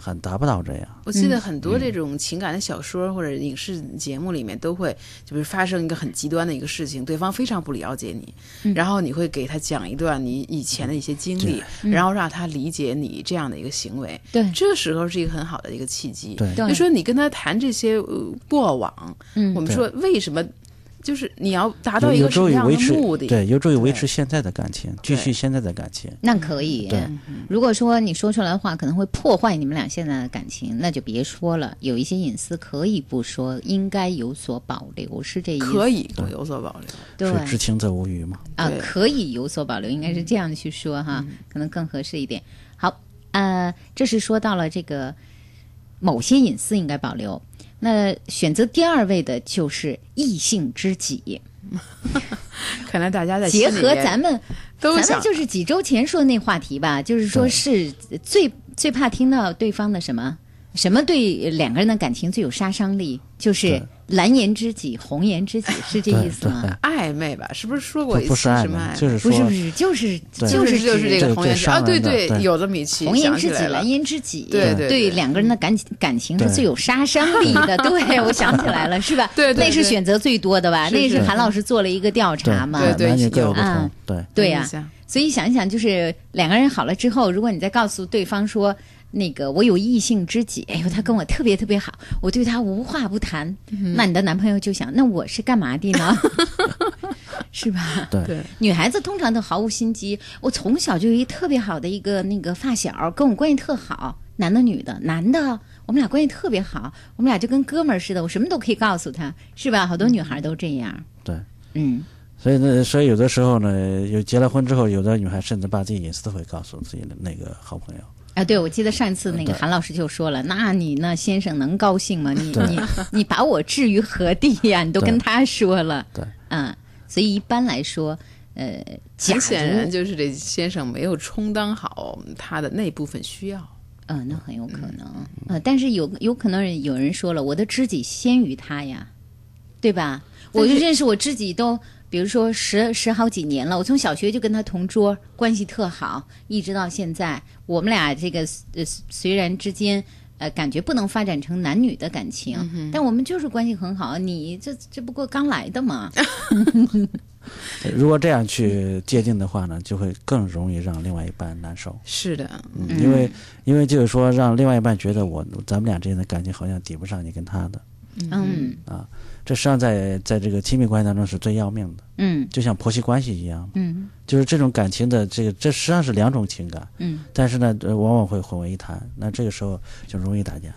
Speaker 10: 很达不到这样。
Speaker 12: 我
Speaker 8: 嗯
Speaker 12: 记得很多这种情感的小说或者影视节目里面都会，就是发生一个很极端的一个事情，对方非常不了解你，
Speaker 8: 嗯
Speaker 12: 然后你会给他讲一段你以前的一些经历，
Speaker 8: 对嗯
Speaker 12: 然后让他理解你这样的一个行为。
Speaker 8: 对，
Speaker 12: 这时候是一个很好的一个契机。
Speaker 8: 对对
Speaker 12: 就说你跟他谈这些呃过往，
Speaker 8: 嗯
Speaker 12: 我们
Speaker 10: 对
Speaker 12: 说为什么，就是你要达到
Speaker 10: 有
Speaker 12: 一
Speaker 10: 有
Speaker 12: 个什
Speaker 10: 助
Speaker 12: 么
Speaker 10: 于
Speaker 12: 样
Speaker 10: 维
Speaker 12: 的
Speaker 10: 持
Speaker 12: 目的？
Speaker 10: 对，有助于维持现在的感情，继续现在的感情。
Speaker 8: 那可以嗯
Speaker 10: 对。
Speaker 8: 如果说你说出来的话可能会破坏你们俩现在的感情，那就别说了。有一些隐私可以不说，应该有所保留，是这意思？
Speaker 12: 可以有所保留。
Speaker 8: 对
Speaker 10: 是知情者无语嘛？
Speaker 8: 啊
Speaker 12: 对，嗯
Speaker 8: 可以有所保留，应该是这样去说哈，可能更合适一点。好，呃，这是说到了这个某些隐私应该保留。那选择第二位的就是异性知己，
Speaker 12: 看来大家在
Speaker 8: 结
Speaker 12: 心里
Speaker 8: 合
Speaker 12: 面
Speaker 8: 咱们，
Speaker 12: 都
Speaker 8: 咱
Speaker 12: 想
Speaker 8: 们就是几周前说的那话题吧，就是说是最最怕听到对方的什么什么对两个人的感情最有杀伤力，就是蓝颜知己、红颜知己，是这意思吗？
Speaker 12: 暧昧吧，是不是说过
Speaker 10: 不
Speaker 12: 一
Speaker 10: 不
Speaker 12: 次
Speaker 10: 是暧
Speaker 12: 什么
Speaker 10: 昧
Speaker 12: 暧，昧？
Speaker 10: 就是说
Speaker 8: 不是不是就是
Speaker 10: 对
Speaker 12: 就是就是这个红颜知己啊，对
Speaker 10: 对，
Speaker 12: 有这么一期，
Speaker 8: 红颜知
Speaker 12: 想起
Speaker 8: 己、
Speaker 12: 来了
Speaker 8: 蓝颜知己，
Speaker 12: 对对对
Speaker 8: 两个人的感感情是
Speaker 12: 对
Speaker 8: 最有杀伤力 的。对，我想起来了，是吧？
Speaker 12: 对对
Speaker 8: 那是
Speaker 12: 对
Speaker 8: 选择最多的吧？
Speaker 12: 是
Speaker 8: 那是
Speaker 12: 是
Speaker 8: 韩老师做了一个调查嘛？
Speaker 10: 对对男女各有不
Speaker 8: 啊
Speaker 10: 同，嗯对
Speaker 8: 对呀、
Speaker 12: 印象
Speaker 8: 所以想一想，就是两个人好了之后，如果你再告诉对方说。那个，我有异性知己，哎呦，他跟我特别特别好，我对他无话不谈。
Speaker 12: 嗯
Speaker 8: 那你的男朋友就想，那我是干嘛的呢？ 是吧？
Speaker 10: 对
Speaker 12: 对
Speaker 8: 女孩子通常都毫无心机。我从小就有一特别好的一个那个发小，跟我关系特好，男的女的，男的，我们俩关系特别好，我们俩就跟哥们儿似的，我什么都可以告诉他，是吧？好多女孩都这样。
Speaker 10: 对，
Speaker 8: 嗯，
Speaker 10: 所以呢，所以有的时候呢，有结了婚之后，有的女孩甚至把自己隐私都会告诉自己的那个好朋友。
Speaker 8: 啊，对，我记得上一次那个韩老师就说了，那你那先生能高兴吗？你
Speaker 10: 对
Speaker 8: 你你把我置于何地呀？你都跟
Speaker 12: 对
Speaker 8: 他说了，
Speaker 10: 对，
Speaker 8: 嗯，所以一般来说，呃，假
Speaker 12: 很显
Speaker 8: 如
Speaker 12: 然就是这先生没有充当好他的那部分需要。
Speaker 8: 嗯、那很有可能。
Speaker 12: 嗯
Speaker 8: 呃，但是有有可能有人说了，我的知己先于他呀，对吧？
Speaker 12: 但
Speaker 8: 我
Speaker 12: 是
Speaker 8: 就认识我知己都，比如说十十好几年了，我从小学就跟他同桌，关系特好，一直到现在，我们俩这个呃虽然之间。呃，感觉不能发展成男女的感情，
Speaker 12: 嗯哼
Speaker 8: 但我们就是关系很好。你这这不过刚来的 嘛，
Speaker 10: 如果这样去界定的话呢，就会更容易让另外一半难受。
Speaker 12: 是的，
Speaker 10: 嗯，因为因为就是说，让另外一半觉得我咱们俩之间的感情好像抵不上你跟他的
Speaker 8: 嗯
Speaker 10: 啊，这实际上在在这个亲密关系当中是最要命的，
Speaker 8: 嗯
Speaker 10: 就像婆媳关系一样，
Speaker 8: 嗯
Speaker 10: 就是这种感情的这个这实际上是两种情感，
Speaker 8: 嗯，
Speaker 10: 但是呢，呃往往会混为一谈，那这个时候就容易打架。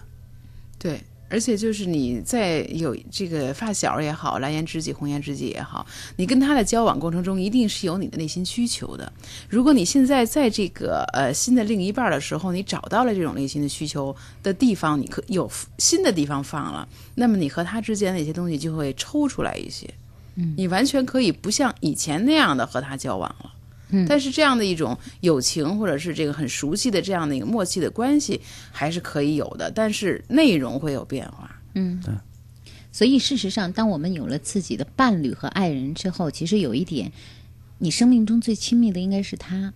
Speaker 12: 对，而且就是你在有这个发小也好，蓝颜知己、红颜知己也好，你跟他的交往过程中，一定是有你的内心需求的。如果你现在在这个呃新的另一半的时候，你找到了这种内心的需求的地方，你可有新的地方放了，那么你和他之间的一些东西就会抽出来一些。
Speaker 8: 嗯，
Speaker 12: 你完全可以不像以前那样的和他交往了。
Speaker 8: 嗯
Speaker 12: 但是这样的一种友情，或者是这个很熟悉的这样的一个默契的关系，还是可以有的，但是内容会有变化。
Speaker 8: 嗯，所以事实上，当我们有了自己的伴侣和爱人之后，其实有一点，你生命中最亲密的应该是他，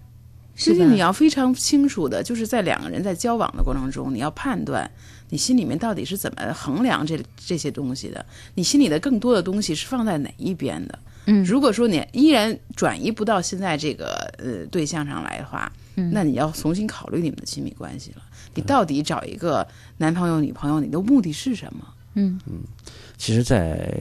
Speaker 12: 所
Speaker 8: 是
Speaker 12: 以
Speaker 8: 吧？
Speaker 12: 你要非常清楚的，就是在两个人在交往的过程中，你要判断你心里面到底是怎么衡量这这些东西的，你心里的更多的东西是放在哪一边的。
Speaker 8: 嗯
Speaker 12: 如果说你依然转移不到现在这个呃对象上来的话，
Speaker 8: 嗯
Speaker 12: 那你要重新考虑你们的亲密关系了。你到底找一个男朋友、女朋友，你的目的是什么？
Speaker 8: 嗯
Speaker 10: 其实，在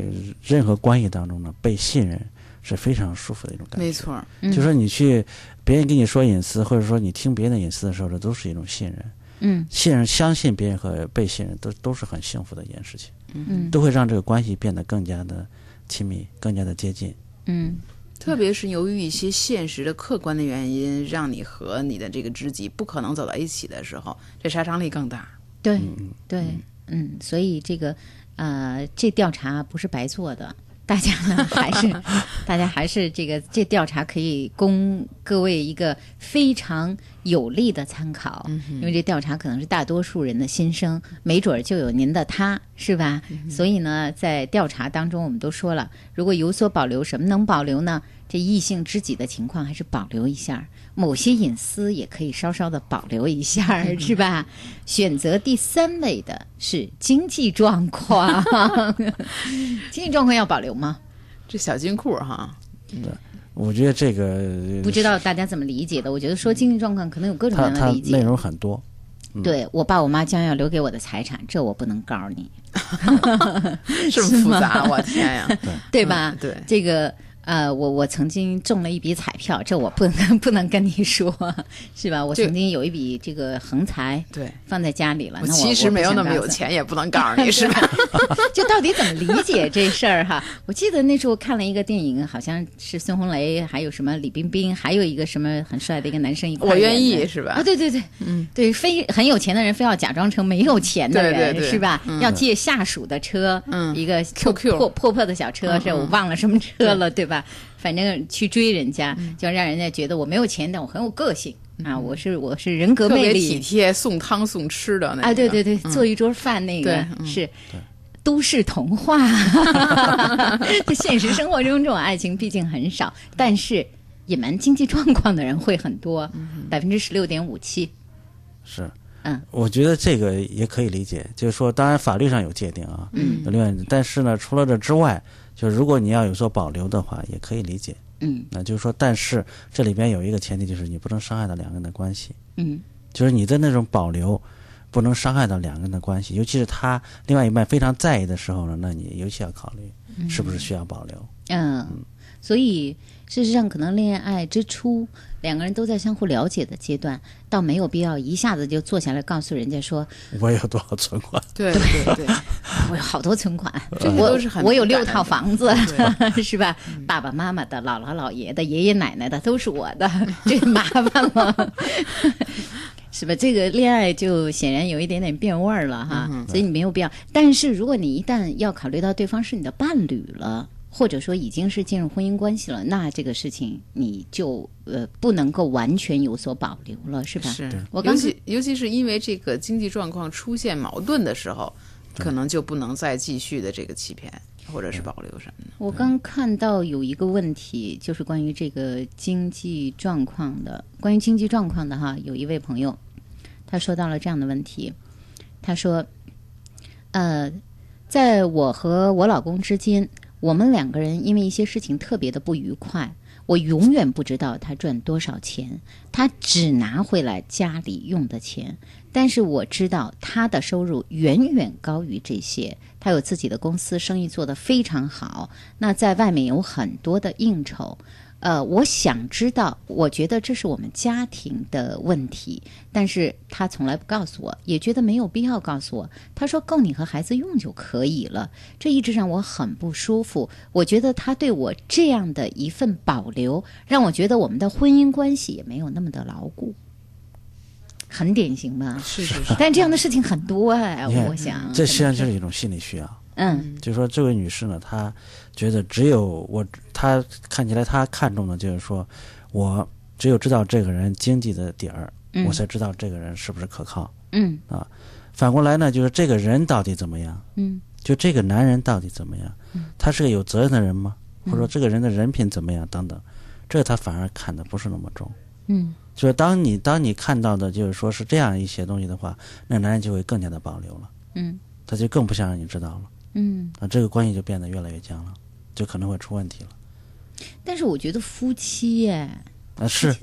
Speaker 10: 任何关系当中呢，被信任是非常舒服的一种感觉。
Speaker 12: 没错儿，
Speaker 8: 嗯
Speaker 10: 就说你去别人跟你说隐私，或者说你听别人的隐私的时候，这都是一种信任。
Speaker 8: 嗯
Speaker 10: 信任、相信别人和被信任都都是很幸福的一件事情，
Speaker 8: 嗯
Speaker 10: 都会让这个关系变得更加的亲密、更加的接近。
Speaker 8: 嗯，
Speaker 12: 特别是由于一些现实的客观的原因，让你和你的这个知己不可能走到一起的时候，这杀伤力更大。
Speaker 8: 对对，嗯，所以这个呃，这调查不是白做的。大家呢，还是大家还是这个这调查可以供各位一个非常有力的参考，因为这调查可能是大多数人的心声，没准儿就有您的他，是吧？所以呢，在调查当中，我们都说了，如果有所保留，什么能保留呢？这异性知己的情况还是保留一下儿，某些隐私也可以稍稍的保留一下儿，是吧？选择第三位的是经济状况，经济状况要保留吗？
Speaker 12: 这小金库 哈，
Speaker 10: 我觉得这个
Speaker 8: 不知道大家怎么理解的。我觉得说经济状况可能有各种各
Speaker 10: 它
Speaker 8: 样
Speaker 10: 它
Speaker 8: 的理解。
Speaker 10: 内容很多，嗯
Speaker 8: 对我爸我妈将要留给我的财产，这我不能告诉你，
Speaker 12: 这么复杂，
Speaker 8: 是吗
Speaker 12: 我天呀！
Speaker 8: 啊对吧？
Speaker 12: 对
Speaker 8: 这个呃，我我曾经中了一笔彩票，这我不能不能跟你说， 是吧？我
Speaker 12: 这
Speaker 8: 曾经有一笔这个横财，
Speaker 12: 对，
Speaker 8: 放在家里了。
Speaker 12: 我
Speaker 8: 那
Speaker 12: 其实
Speaker 8: 我不
Speaker 12: 没有
Speaker 8: 想
Speaker 12: 那么
Speaker 8: 告
Speaker 12: 有
Speaker 8: 诉你
Speaker 12: 钱，也不能告诉你 是吧？
Speaker 8: 就到底怎么理解这事儿 哈？我记得那时候看了一个电影，好像是孙红雷，还有什么李冰冰，还有一个什么很帅的一个男生一块
Speaker 12: 我
Speaker 8: 儿演的
Speaker 12: 愿意是吧
Speaker 8: 啊，对对对，
Speaker 12: 嗯，
Speaker 8: 对，非很有钱的人非要假装成没有钱的人，
Speaker 12: 对对对
Speaker 8: 是吧？
Speaker 12: 嗯
Speaker 8: 要借下属的车，嗯，一个 QQ 破破破的小车，
Speaker 12: 嗯
Speaker 8: 是
Speaker 12: 嗯
Speaker 8: 我忘了什么车了，对吧？反正去追人家，
Speaker 12: 嗯
Speaker 8: 就让人家觉得我没有钱，但我很有个性啊，我是我是人格
Speaker 12: 特
Speaker 8: 魅
Speaker 12: 别
Speaker 8: 力
Speaker 12: 体贴，送汤送吃的那
Speaker 8: 啊，对
Speaker 12: 个
Speaker 8: 对对，
Speaker 12: 嗯
Speaker 8: 做一桌饭那个
Speaker 12: 对嗯
Speaker 8: 是。都市童话， 在现实生活中这种爱情毕竟很少，但是隐瞒经济状况的人会很多，
Speaker 12: 嗯
Speaker 8: 百分之十六点五七。
Speaker 10: 是，
Speaker 8: 嗯，
Speaker 10: 我觉得这个也可以理解，就是说，当然法律上有界定啊，
Speaker 8: 嗯
Speaker 10: 有另外，但是呢，除了这之外，就如果你要有所保留的话，也可以理解，
Speaker 8: 嗯，
Speaker 10: 那就是说，但是这里边有一个前提，就是你不能伤害到两个人的关系，
Speaker 8: 嗯
Speaker 10: 就是你的那种保留。不能伤害到两个人的关系，尤其是他另外一半非常在意的时候呢，那你尤其要考虑
Speaker 8: 嗯
Speaker 10: 是不是需要保留。
Speaker 8: 嗯，所以事实上，可能恋爱之初，两个人都在相互了解的阶段，倒没有必要一下子就坐下来告诉人家说
Speaker 10: 我有多少存款？
Speaker 12: 对对对，
Speaker 8: 我有好多存款，
Speaker 12: 这个
Speaker 8: 我
Speaker 12: 都是很
Speaker 8: 我有
Speaker 12: 敏
Speaker 8: 六
Speaker 12: 感的
Speaker 8: 套房子， 是吧？爸爸妈妈的、姥姥姥爷的、爷爷奶奶的都是我 的，这麻烦了， 是吧？这个恋爱就显然有一点点变味儿了哈，
Speaker 12: 嗯哼
Speaker 8: 所以你没有必要。但是如果你一旦要考虑到对方是你的伴侣了，或者说已经是进入婚姻关系了，那这个事情你就呃不能够完全有所保留了，是吧？
Speaker 12: 是
Speaker 8: 我
Speaker 12: 尤
Speaker 8: 刚才
Speaker 12: 其尤其是因为这个经济状况出现矛盾的时候，可能就不能再继续的这个欺骗或者是保留什么的。
Speaker 8: 我刚看到有一个问题，就是关于这个经济状况的，关于经济状况的哈，有一位朋友他说到了这样的问题，他说，呃，在我和我老公之间，我们两个人因为一些事情特别的不愉快。我永远不知道他赚多少钱，他只拿回来家里用的钱。但是我知道他的收入远远高于这些，他有自己的公司，生意做得非常好。那在外面有很多的应酬，呃，我想知道，我觉得这是我们家庭的问题，但是他从来不告诉我，也觉得没有必要告诉我。他说够你和孩子用就可以了，这一直让我很不舒服。我觉得他对我这样的一份保留，让我觉得我们的婚姻关系也没有那么的牢固。很典型吧？
Speaker 12: 是是嗯
Speaker 10: 是
Speaker 8: 但这样的事情很多哎，
Speaker 10: 你看
Speaker 8: 我想
Speaker 10: 这实际上就是一种心理需要。
Speaker 8: 嗯，
Speaker 10: 就是说这位女士呢，她觉得只有我，她看起来她看重的就是说，我只有知道这个人经济的底儿，
Speaker 8: 嗯
Speaker 10: 我才知道这个人是不是可靠
Speaker 8: 嗯
Speaker 10: 啊。反过来呢，就是这个人到底怎么样，
Speaker 8: 嗯
Speaker 10: 就这个男人到底怎么样，他是个有责任的人吗？
Speaker 8: 嗯
Speaker 10: 或者说这个人的人品怎么样等等，这个他反而看的不是那么重。
Speaker 8: 嗯
Speaker 10: 就是当你当你看到的就是说是这样一些东西的话，那男人就会更加的保留了，
Speaker 8: 嗯
Speaker 10: 他就更不想让你知道了。
Speaker 8: 嗯。
Speaker 10: 啊，这个关系就变得越来越僵了，就可能会出问题了。
Speaker 8: 但是我觉得夫妻哎耶，
Speaker 10: 啊，是，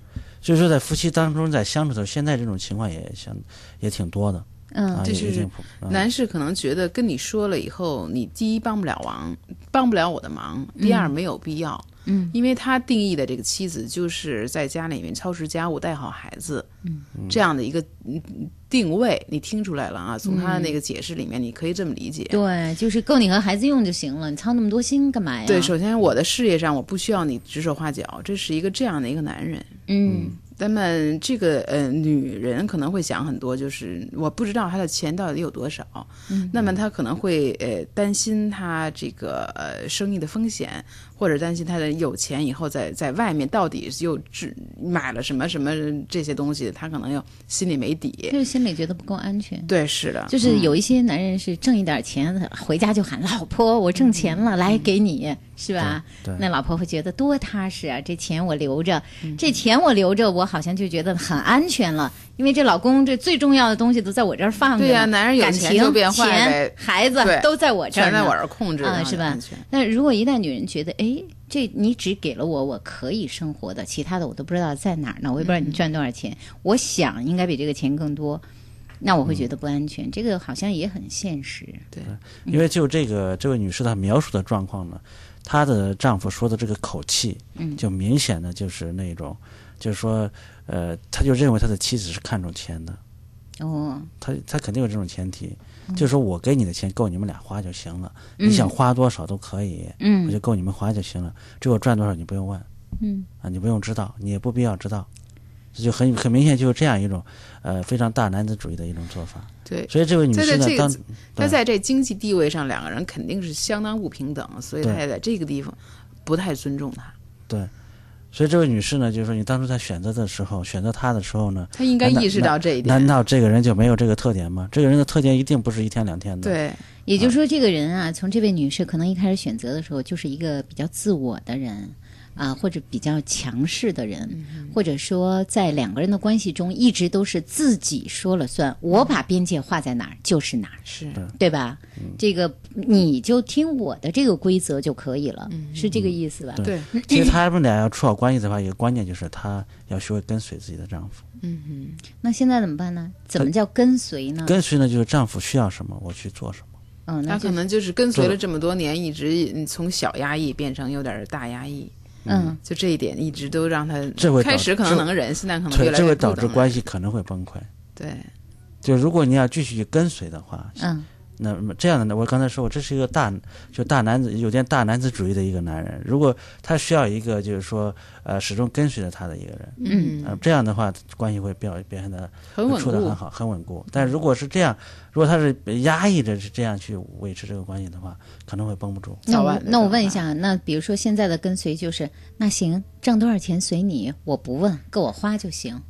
Speaker 10: 所以说在夫妻当中在相处的时候，现在这种情况也相也挺多的。
Speaker 8: 嗯
Speaker 10: 啊，
Speaker 12: 就
Speaker 10: 也也
Speaker 12: 是
Speaker 10: 挺普啊
Speaker 12: 男士可能觉得跟你说了以后，你第一帮不了忙，帮不了我的忙；第二
Speaker 10: 嗯
Speaker 12: 没有必要，
Speaker 8: 嗯，
Speaker 12: 因为他定义的这个妻子就是在家里面操持家务、带好孩子，
Speaker 8: 嗯
Speaker 12: 这样的一个嗯定位，你听出来了啊？从他的
Speaker 8: 嗯
Speaker 12: 那个解释里面，你可以这么理解。
Speaker 8: 对，就是够你和孩子用就行了，你操那么多心干嘛呀？
Speaker 12: 对，首先我的事业上我不需要你指手画脚，这是一个这样的一个男人。
Speaker 8: 嗯
Speaker 12: 那么这个呃，女人可能会想很多，就是我不知道她的钱到底有多少，
Speaker 8: 嗯
Speaker 12: 那么她可能会呃担心她这个呃生意的风险，或者担心她的有钱以后在在外面到底又只买了什么什么这些东西，她可能又心里没底。
Speaker 8: 就是心里觉得不够安全。
Speaker 12: 对，是的，
Speaker 8: 就是
Speaker 12: 嗯
Speaker 8: 有一些男人是挣一点钱，回家就喊老婆，我挣钱了，来给你，是吧？
Speaker 12: 嗯对对嗯
Speaker 8: 那老婆会觉得多踏实啊，这钱我留着，这钱我留着，我好像就觉得很安全了，因为这老公这最重要的东西都在我这儿放着呢。
Speaker 12: 对呀男人有
Speaker 8: 感
Speaker 12: 钱
Speaker 8: 情
Speaker 12: 就变坏
Speaker 8: 钱
Speaker 12: 呗
Speaker 8: 孩子
Speaker 12: 对
Speaker 8: 都在我这儿呢，
Speaker 12: 全在我这儿控制着
Speaker 8: 啊，
Speaker 12: 呢
Speaker 8: 是吧
Speaker 12: 完全？
Speaker 8: 那如果一旦女人觉得，哎，这你只给了我我可以生活的，其他的我都不知道在哪儿呢，我也不知道你赚多少钱，我想应该比这个钱更多。那我会觉得不安全，这个好像也很现实。
Speaker 12: 对，
Speaker 10: 因为就这个这位女士她描述的状况呢，她的丈夫说的这个口气，
Speaker 8: 嗯
Speaker 10: 就明显的就是那种，就是说，呃，他就认为他的妻子是看重钱的，
Speaker 8: 哦，
Speaker 10: 他他肯定有这种前提，
Speaker 8: 嗯
Speaker 10: 就是说我给你的钱够你们俩花就行了，
Speaker 8: 嗯
Speaker 10: 你想花多少都可以，
Speaker 8: 嗯
Speaker 10: 我就够你们花就行了，至于我赚多少你不用问，
Speaker 8: 嗯
Speaker 10: 啊，你不用知道，你也不必要知道，这就很很明显就是这样一种呃非常大男子主义的一种做法。
Speaker 12: 对，
Speaker 10: 所以这位女
Speaker 12: 在
Speaker 10: 士呢
Speaker 12: 这，个
Speaker 10: 当
Speaker 12: 那
Speaker 10: 对
Speaker 12: 在这经济地位上，两个人肯定是相当不平等，所以他
Speaker 10: 对
Speaker 12: 也在这个地方不太尊重他。
Speaker 10: 对，所以这位女士呢，就是说你当初在选择的时候，选择他的时候呢，
Speaker 12: 她应该
Speaker 10: 难道
Speaker 12: 意识到这一点
Speaker 10: 难难道这个人就没有这个特点吗？这个人的特点一定不是一天两天的。，
Speaker 8: 也就是说，这个人啊，从这位女士可能一开始选择的时候，就是一个比较自我的人。啊，或者比较强势的人，或者说在两个人的关系中，一直都是自己说了算，我把边界画在哪儿就是哪儿，
Speaker 12: 是
Speaker 8: 对吧？这个你就听我的这个规则就可以了，
Speaker 12: 嗯
Speaker 8: 是这个意思吧？
Speaker 10: 对， 其实他们俩要处好关系的话，一个关键就是她要学会跟随自己的丈夫。
Speaker 12: 嗯哼，
Speaker 8: 那现在怎么办呢？怎么叫跟随
Speaker 12: 嗯
Speaker 8: 呢？
Speaker 10: 跟随呢，就是丈夫需要什么，我去做什么。
Speaker 8: 嗯，那
Speaker 12: 他
Speaker 8: 就
Speaker 12: 可能就是跟随
Speaker 10: 对
Speaker 12: 了这么多年，一直嗯从小压抑变成有点儿大压抑。
Speaker 8: 嗯，
Speaker 12: 就这一点一直都让他
Speaker 10: 这会导
Speaker 12: 开始可
Speaker 10: 这
Speaker 12: 能能忍，现在可能
Speaker 10: 对
Speaker 12: 越来
Speaker 10: 这
Speaker 12: 越
Speaker 10: 会
Speaker 12: 不
Speaker 10: 导致
Speaker 12: 能了。
Speaker 10: 关系可能会崩溃。
Speaker 12: 对，
Speaker 10: 就如果你要继续去跟随的话，
Speaker 8: 嗯，
Speaker 10: 那么这样的呢，我刚才说过，这是一个大就大男子有点大男子主义的一个男人。如果他需要一个就是说呃始终跟随着他的一个人，
Speaker 12: 嗯
Speaker 10: 呃这样的话关系会表表现的
Speaker 12: 很稳
Speaker 10: 呃处的
Speaker 12: 固
Speaker 10: 很好，很稳固。但如果是这样，如果他是压抑着是这样去维持这个关系的话，可能会绷不住。
Speaker 8: 那我那我问一下，那比如说现在的跟随就是，那行，挣多少钱随你，我不问，够我花就行。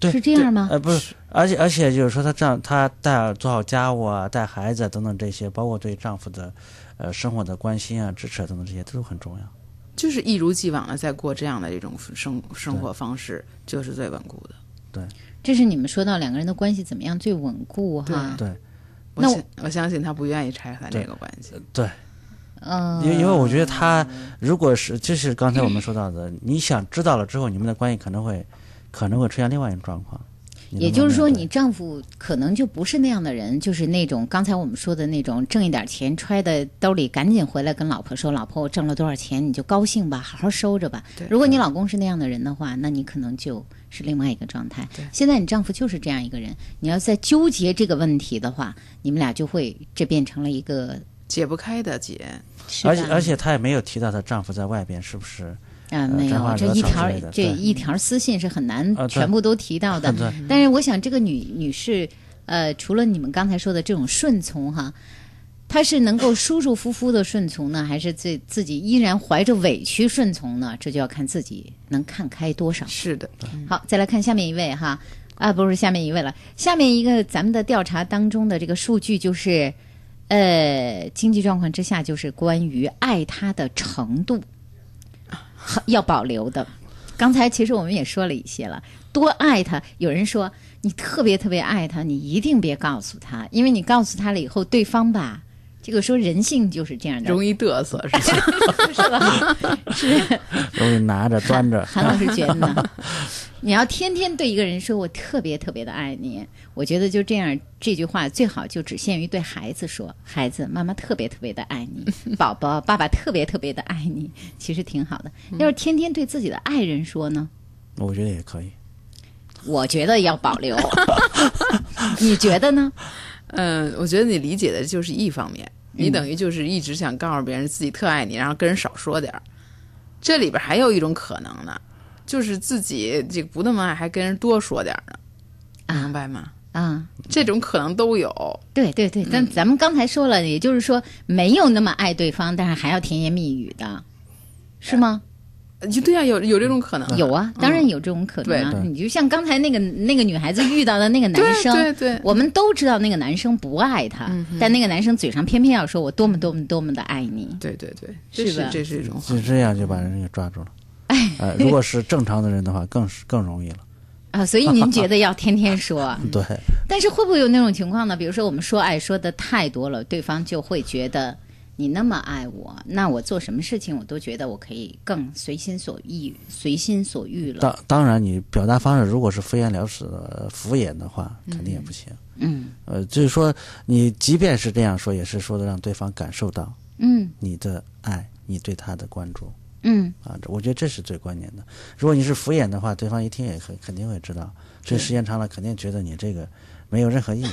Speaker 10: 对，
Speaker 8: 是这样吗
Speaker 10: 对呃，不是，而且而且就是说，她丈她带做好家务啊，带孩子啊等等这些，包括对丈夫的呃生活的关心啊、支持啊等等这些，都很重要。
Speaker 12: 就是一如既往的在过这样的一种生生活方式，就是最稳固的。
Speaker 10: 对，
Speaker 8: 这是你们说到两个人的关系怎么样最稳固
Speaker 12: 嗯
Speaker 8: 哈？
Speaker 10: 对，
Speaker 12: 我
Speaker 8: 那我
Speaker 12: 相我相信他不愿意拆散这
Speaker 10: 对
Speaker 12: 个关系。
Speaker 10: 对，
Speaker 8: 嗯，
Speaker 10: 因为因为我觉得她如果是就是刚才我们说到的，你想知道了之后，你们的关系可能会可能会出现另外一种状况。你
Speaker 8: 也
Speaker 10: 能
Speaker 8: 就是
Speaker 10: 不
Speaker 8: 说，
Speaker 10: 能
Speaker 8: 你丈夫可能就不是那样的人，就是那种刚才我们说的那种挣一点钱揣在兜里，赶紧回来跟老婆说：“老婆，我挣了多少钱，你就高兴吧，好好收着吧。”如果你老公是那样的人的话，那你可能就是另外一个状态。现在你丈夫就是这样一个人，你要再纠结这个问题的话，你们俩就会这变成了一个
Speaker 12: 解不开的结。
Speaker 8: 是
Speaker 10: 而且
Speaker 8: 吧
Speaker 10: 而且她也没有提到她丈夫在外边是不是
Speaker 8: 啊，
Speaker 10: 呃
Speaker 8: 没
Speaker 10: 沾
Speaker 8: 有
Speaker 10: 花
Speaker 8: 这
Speaker 10: 惹
Speaker 8: 一
Speaker 10: 草之
Speaker 8: 条
Speaker 10: 类的
Speaker 8: 这
Speaker 10: 对
Speaker 8: 一条私信是很难
Speaker 10: 啊对
Speaker 8: 全部都提到的
Speaker 10: 很多。
Speaker 8: 但是我想，这个女女士，呃，除了你们刚才说的这种顺从哈，她是能够舒舒服服的顺从呢，还是自自己依然怀着委屈顺从呢？这就要看自己能看开多少。
Speaker 12: 是的。
Speaker 8: 好，再来看下面一位哈，啊，不是下面一位了，下面一个咱们的调查当中的这个数据就是。呃，经济状况之下，就是关于爱他的程度，很要保留的。刚才其实我们也说了一些了，多爱他。有人说你特别特别爱他，你一定别告诉他，因为你告诉他了以后，对方吧，这个说人性就是这样的，
Speaker 12: 容
Speaker 8: 易
Speaker 12: 易嘚 瑟是吧？
Speaker 8: 是吧？是
Speaker 10: 容易拿着端 着。
Speaker 8: 韩老师觉得呢？ 你要天天对一个人说“我特别特别的爱你”，我觉得就这样，这句话最好就只限于对孩子说：“孩子，妈妈特别特别的爱你，宝宝，爸爸特别特别的爱你。”其实挺好的。要是天天对自己的爱人说呢，
Speaker 10: 我觉得也可以。
Speaker 8: 我觉得要保留。 你觉得呢？
Speaker 12: 嗯，我觉得你理解的就是一方面，
Speaker 8: 嗯
Speaker 12: 你等于就是一直想告诉别人自己特爱你，然后跟人少说点儿。这里边还有一种可能呢，就是自己这个不那么爱，还跟人多说点儿呢，明白吗？
Speaker 8: 啊，
Speaker 12: 这种可能都有。
Speaker 8: 对对对，但咱们刚才说了，也就是说没有那么爱对方，但是还要甜言蜜语的，是吗？
Speaker 12: 就对啊，有有这种可能
Speaker 8: 嗯
Speaker 12: 嗯
Speaker 8: 有啊，当然有这种可能啊。
Speaker 12: 对对
Speaker 8: 你就像刚才那个那个女孩子遇到的那个男生，
Speaker 12: 对对对嗯
Speaker 8: 我们都知道那个男生不爱她，但那个男生嘴上偏偏要说我多么多么多么的爱你。
Speaker 12: 对对对，
Speaker 8: 是吧？
Speaker 12: 这是一种
Speaker 10: 就这样就把人给抓住了。
Speaker 8: 哎
Speaker 10: 呃，如果是正常的人的话，更是更容易了。
Speaker 8: 啊，所以您觉得要天天 说？
Speaker 10: 对，
Speaker 8: 但是会不会有那种情况呢？比如说我们说爱说的太多了，对方就会觉得你那么爱我，那我做什么事情我都觉得我可以更随心所欲，随心所欲了。
Speaker 10: 当当然，你表达方式如果是敷衍了事的、敷衍的话，肯定也不行。
Speaker 8: 嗯
Speaker 10: 呃，就是说，你即便是这样说，也是说的让对方感受到
Speaker 8: 嗯
Speaker 10: 你的爱，你对他的关注
Speaker 8: 嗯
Speaker 10: 啊。这我觉得这是最关键的。如果你是敷衍的话，对方一听也肯肯定会知道，所以时间长了肯定觉得你这个没有任何意义。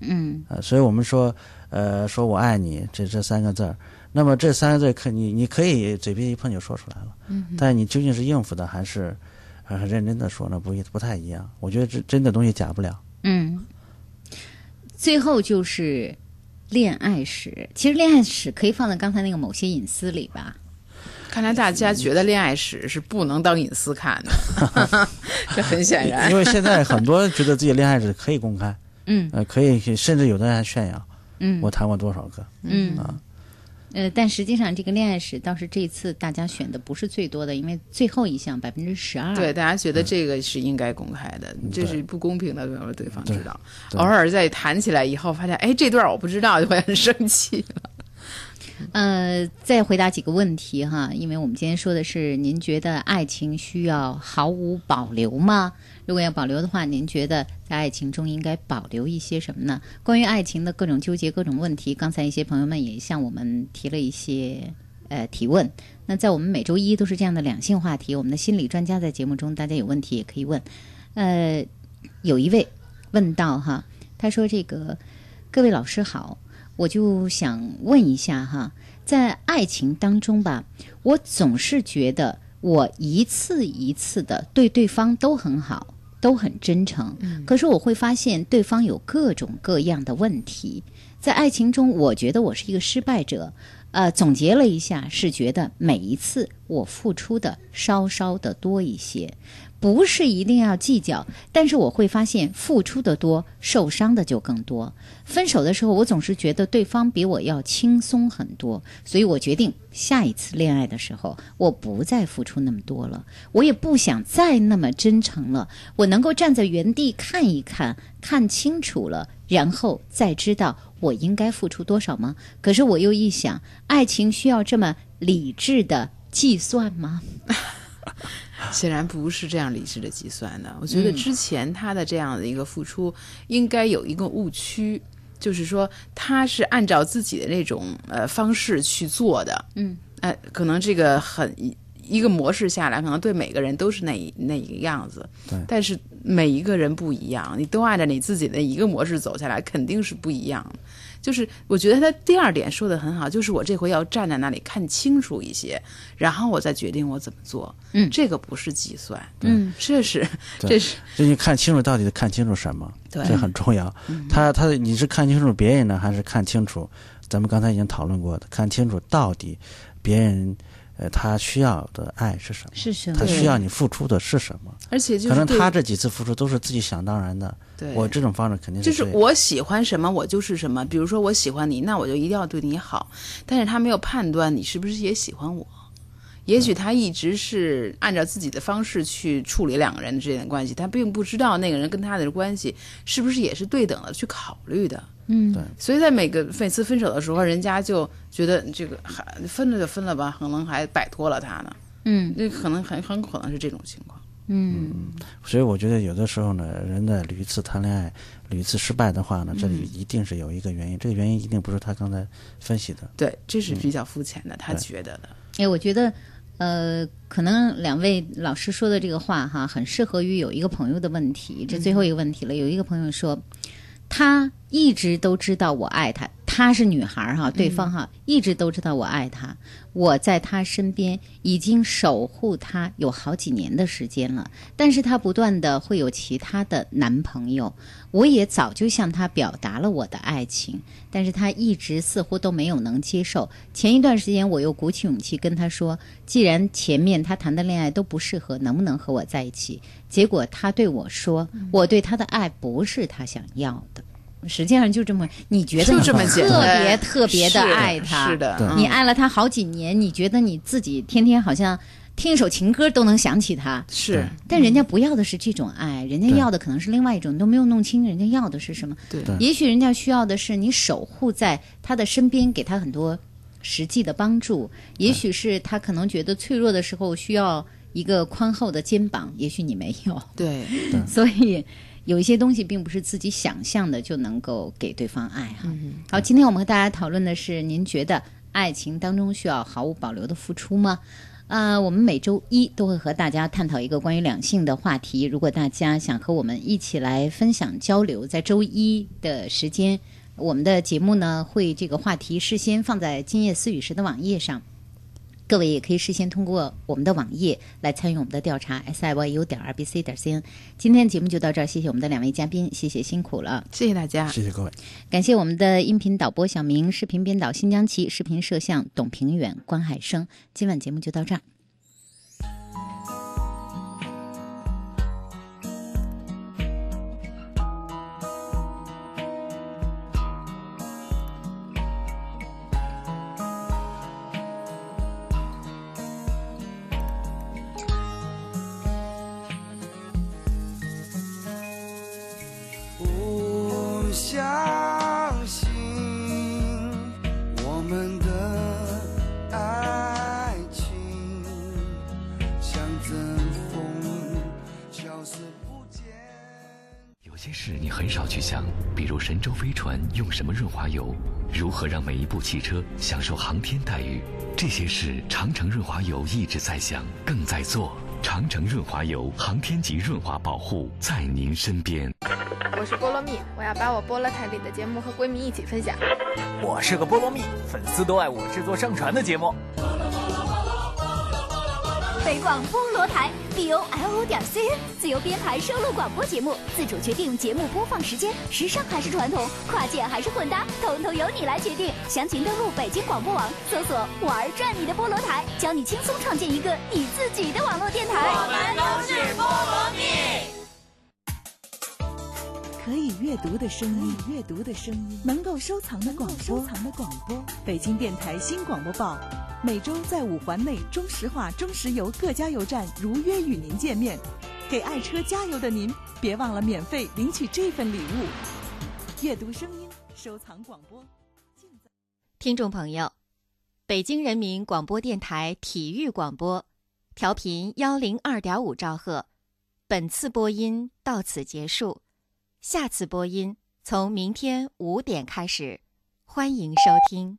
Speaker 8: 嗯
Speaker 10: 呃，所以我们说，呃，说我爱你这这三个字儿，那么这三个字儿可你你可以嘴皮一碰就说出来了，
Speaker 12: 嗯哼
Speaker 10: 但你究竟是应付的还是还是认真的说呢？不一不太一样。我觉得这真的东西假不了。
Speaker 8: 嗯，最后就是恋爱史。其实恋爱史可以放在刚才那个某些隐私里吧。
Speaker 12: 看来大家觉得恋爱史是不能当隐私看的，这很显然。
Speaker 10: 因为现在很多人觉得自己恋爱是可以公开，
Speaker 8: 嗯
Speaker 10: 呃，可以甚至有的人还炫耀，
Speaker 8: 嗯
Speaker 10: 我谈过多少个，
Speaker 8: 嗯
Speaker 10: 啊，
Speaker 8: 呃，但实际上这个恋爱史倒是这次大家选的不是最多的，因为最后一项百分之十二。
Speaker 12: 对，大家觉得这个是应该公开的，这
Speaker 8: 对
Speaker 12: 是不公平的，让对方知道。
Speaker 8: 对
Speaker 12: 偶尔在谈起来以后，发现哎，这段我不知道，就会很生气了。
Speaker 8: 呃，再回答几个问题哈，因为我们今天说的是，您觉得爱情需要毫无保留吗？如果要保留的话，您觉得在爱情中应该保留一些什么呢？关于爱情的各种纠结、各种问题，刚才一些朋友们也向我们提了一些呃提问。那在我们每周一都是这样的两性话题，我们的心理专家在节目中，大家有问题也可以问。呃，有一位问到哈，他说这个各位老师好，我就想问一下哈，在爱情当中吧，我总是觉得我一次一次的对对方都很好，都很真诚，可是我会发现对方有各种各样的问题。在爱情中，我觉得我是一个失败者。呃，总结了一下，是觉得每一次我付出的稍稍的多一些，不是一定要计较，但是我会发现付出的多，受伤的就更多。分手的时候，我总是觉得对方比我要轻松很多，所以我决定下一次恋爱的时候，我不再付出那么多了，我也不想再那么真诚了，我能够站在原地看一看，看清楚了，然后再知道我应该付出多少吗？可是我又一想，爱情需要这么理智的计算吗？
Speaker 12: 显然不是这样理智的计算的。我觉得
Speaker 8: 嗯
Speaker 12: 之前他的这样的一个付出，应该有一个误区，就是说他是按照自己的那种呃方式去做的，
Speaker 8: 嗯，
Speaker 12: 呃，可能这个很一一个模式下来，可能对每个人都是那一那一个样子，
Speaker 10: 对
Speaker 12: 但是每一个人不一样，你都按照你自己的一个模式走下来，肯定是不一样的。就是我觉得他第二点说的很好，就是我这回要站在那里看清楚一些，然后我再决定我怎么做。
Speaker 8: 嗯，
Speaker 12: 这个不是计算，
Speaker 8: 嗯，
Speaker 12: 这是
Speaker 10: 对
Speaker 12: 这是
Speaker 10: 就你看清楚到底看清楚什么，
Speaker 12: 对嗯
Speaker 10: 这很重要。他他你是看清楚别人呢，还是看清楚？咱们刚才已经讨论过的，看清楚到底别人呃他需要的爱是什么，
Speaker 8: 是什么
Speaker 10: 他需要你付出的是什么？
Speaker 12: 而且就是
Speaker 10: 可能
Speaker 12: 对
Speaker 10: 他这几次付出都是自己想当然的。
Speaker 12: 对
Speaker 10: 我这种方式肯定
Speaker 12: 就是是
Speaker 10: 对的
Speaker 12: 我喜欢什么，我就是什么。比如说我喜欢你，那我就一定要对你好。但是他没有判断你是不是也喜欢我，也许他一直是按照自己的方式去处理两个人之间的关系，他并不知道那个人跟他的关系是不是也是对等的去考虑的。
Speaker 8: 嗯，
Speaker 10: 对
Speaker 12: 所以在每个每次分手的时候，人家就觉得这个还分了就分了吧，可能还摆脱了他呢。
Speaker 8: 嗯，
Speaker 12: 那可能很很可能是这种情况。
Speaker 8: 嗯
Speaker 10: 所以我觉得有的时候呢，人的屡次谈恋爱、屡次失败的话呢，这里
Speaker 12: 嗯
Speaker 10: 一定是有一个原因，这个原因一定不是他刚才分析的。
Speaker 12: 对，这是
Speaker 10: 嗯
Speaker 12: 比较肤浅的，他
Speaker 10: 对
Speaker 12: 觉得的。
Speaker 8: 哎，我觉得，呃，可能两位老师说的这个话哈，很适合于有一个朋友的问题，这最后一个问题了。有一个朋友说，他一直都知道我爱他，她是女孩儿哈，对方哈、一直都知道我爱他，我在他身边已经守护他有好几年的时间了，但是他不断的会有其他的男朋友，我也早就向他表达了我的爱情，但是他一直似乎都没有能接受。前一段时间，我又鼓起勇气跟他说，既然前面他谈的恋爱都不适合，能不能和我在一起？结果他对我说，我对他的爱不是他想要的。实际上就这么，你觉得
Speaker 12: 就
Speaker 8: 你
Speaker 12: 这么简
Speaker 8: 特
Speaker 12: 单
Speaker 8: 别特别的
Speaker 12: 是的
Speaker 8: 爱他，
Speaker 12: 是的对
Speaker 8: 你
Speaker 12: 嗯
Speaker 8: 爱了他好几年，你觉得你自己天天好像听一首情歌都能想起他，
Speaker 12: 是
Speaker 8: 但人家不要的是这种爱，人家要的可能是另外一种，你都没有弄清人家要的是什么。
Speaker 12: 对
Speaker 10: 对
Speaker 8: 也许人家需要的是你守护在他的身边，给他很多实际的帮助。也许是他可能觉得脆弱的时候需要一个宽厚的肩膀，也许你没有。
Speaker 12: 对，
Speaker 8: 所以有一些东西并不是自己想象的就能够给对方爱哈。好，今天我们和大家讨论的是，您觉得爱情当中需要毫无保留的付出吗？呃，我们每周一都会和大家探讨一个关于两性的话题。如果大家想和我们一起来分享交流，在周一的时间，我们的节目呢会这个话题事先放在《今夜思雨时》的网页上。各位也可以事先通过我们的网页来参与我们的调查 s i y u 点 r b c 点 c n。今天的节目就到这儿，谢谢我们的两位嘉宾，谢谢辛苦了，
Speaker 12: 谢谢大家，
Speaker 10: 谢谢各位。
Speaker 8: 感谢我们的音频导播小明、视频编导新疆奇、视频摄像董平远、关海生。今晚节目就到这儿。
Speaker 4: 不相信我们的爱情像阵风消失不见。
Speaker 1: 有些事你很少去想，比如神舟飞船用什么润滑油，如何让每一部汽车享受航天待遇，这些事长城润滑油一直在想，更在做。长城润滑油，航天级润滑保护在您身边。
Speaker 18: 我是菠萝蜜，我要把我菠萝台里的节目和闺蜜一起分享。
Speaker 1: 我是个菠萝蜜，粉丝都爱我制作上传的节目。
Speaker 2: 北广菠萝台 b o l o 点 c n 自由编排收录广播节目，自主决定节目播放时间，时尚还是传统，跨界还是混搭，统统由你来决定。详情登录北京广播网，搜索“玩儿转你的菠萝台”，教你轻松创建一个你自己的网络电台。
Speaker 19: 我们都是菠萝
Speaker 2: 蜜。
Speaker 9: 可以阅读的声音，阅读的声音，能够收藏的广播，收藏的广播。北京电台新广播报，每周在五环内中石化、中石油各加油站如约与您见面。给爱车加油的您，别忘了免费领取这份礼物。阅读声音，收藏广播。
Speaker 10: 听众朋友，北京人民广播电台体育广播，调频幺零二点五兆赫，本次播音到此结束，下次播音从明天五点开始，欢迎收听。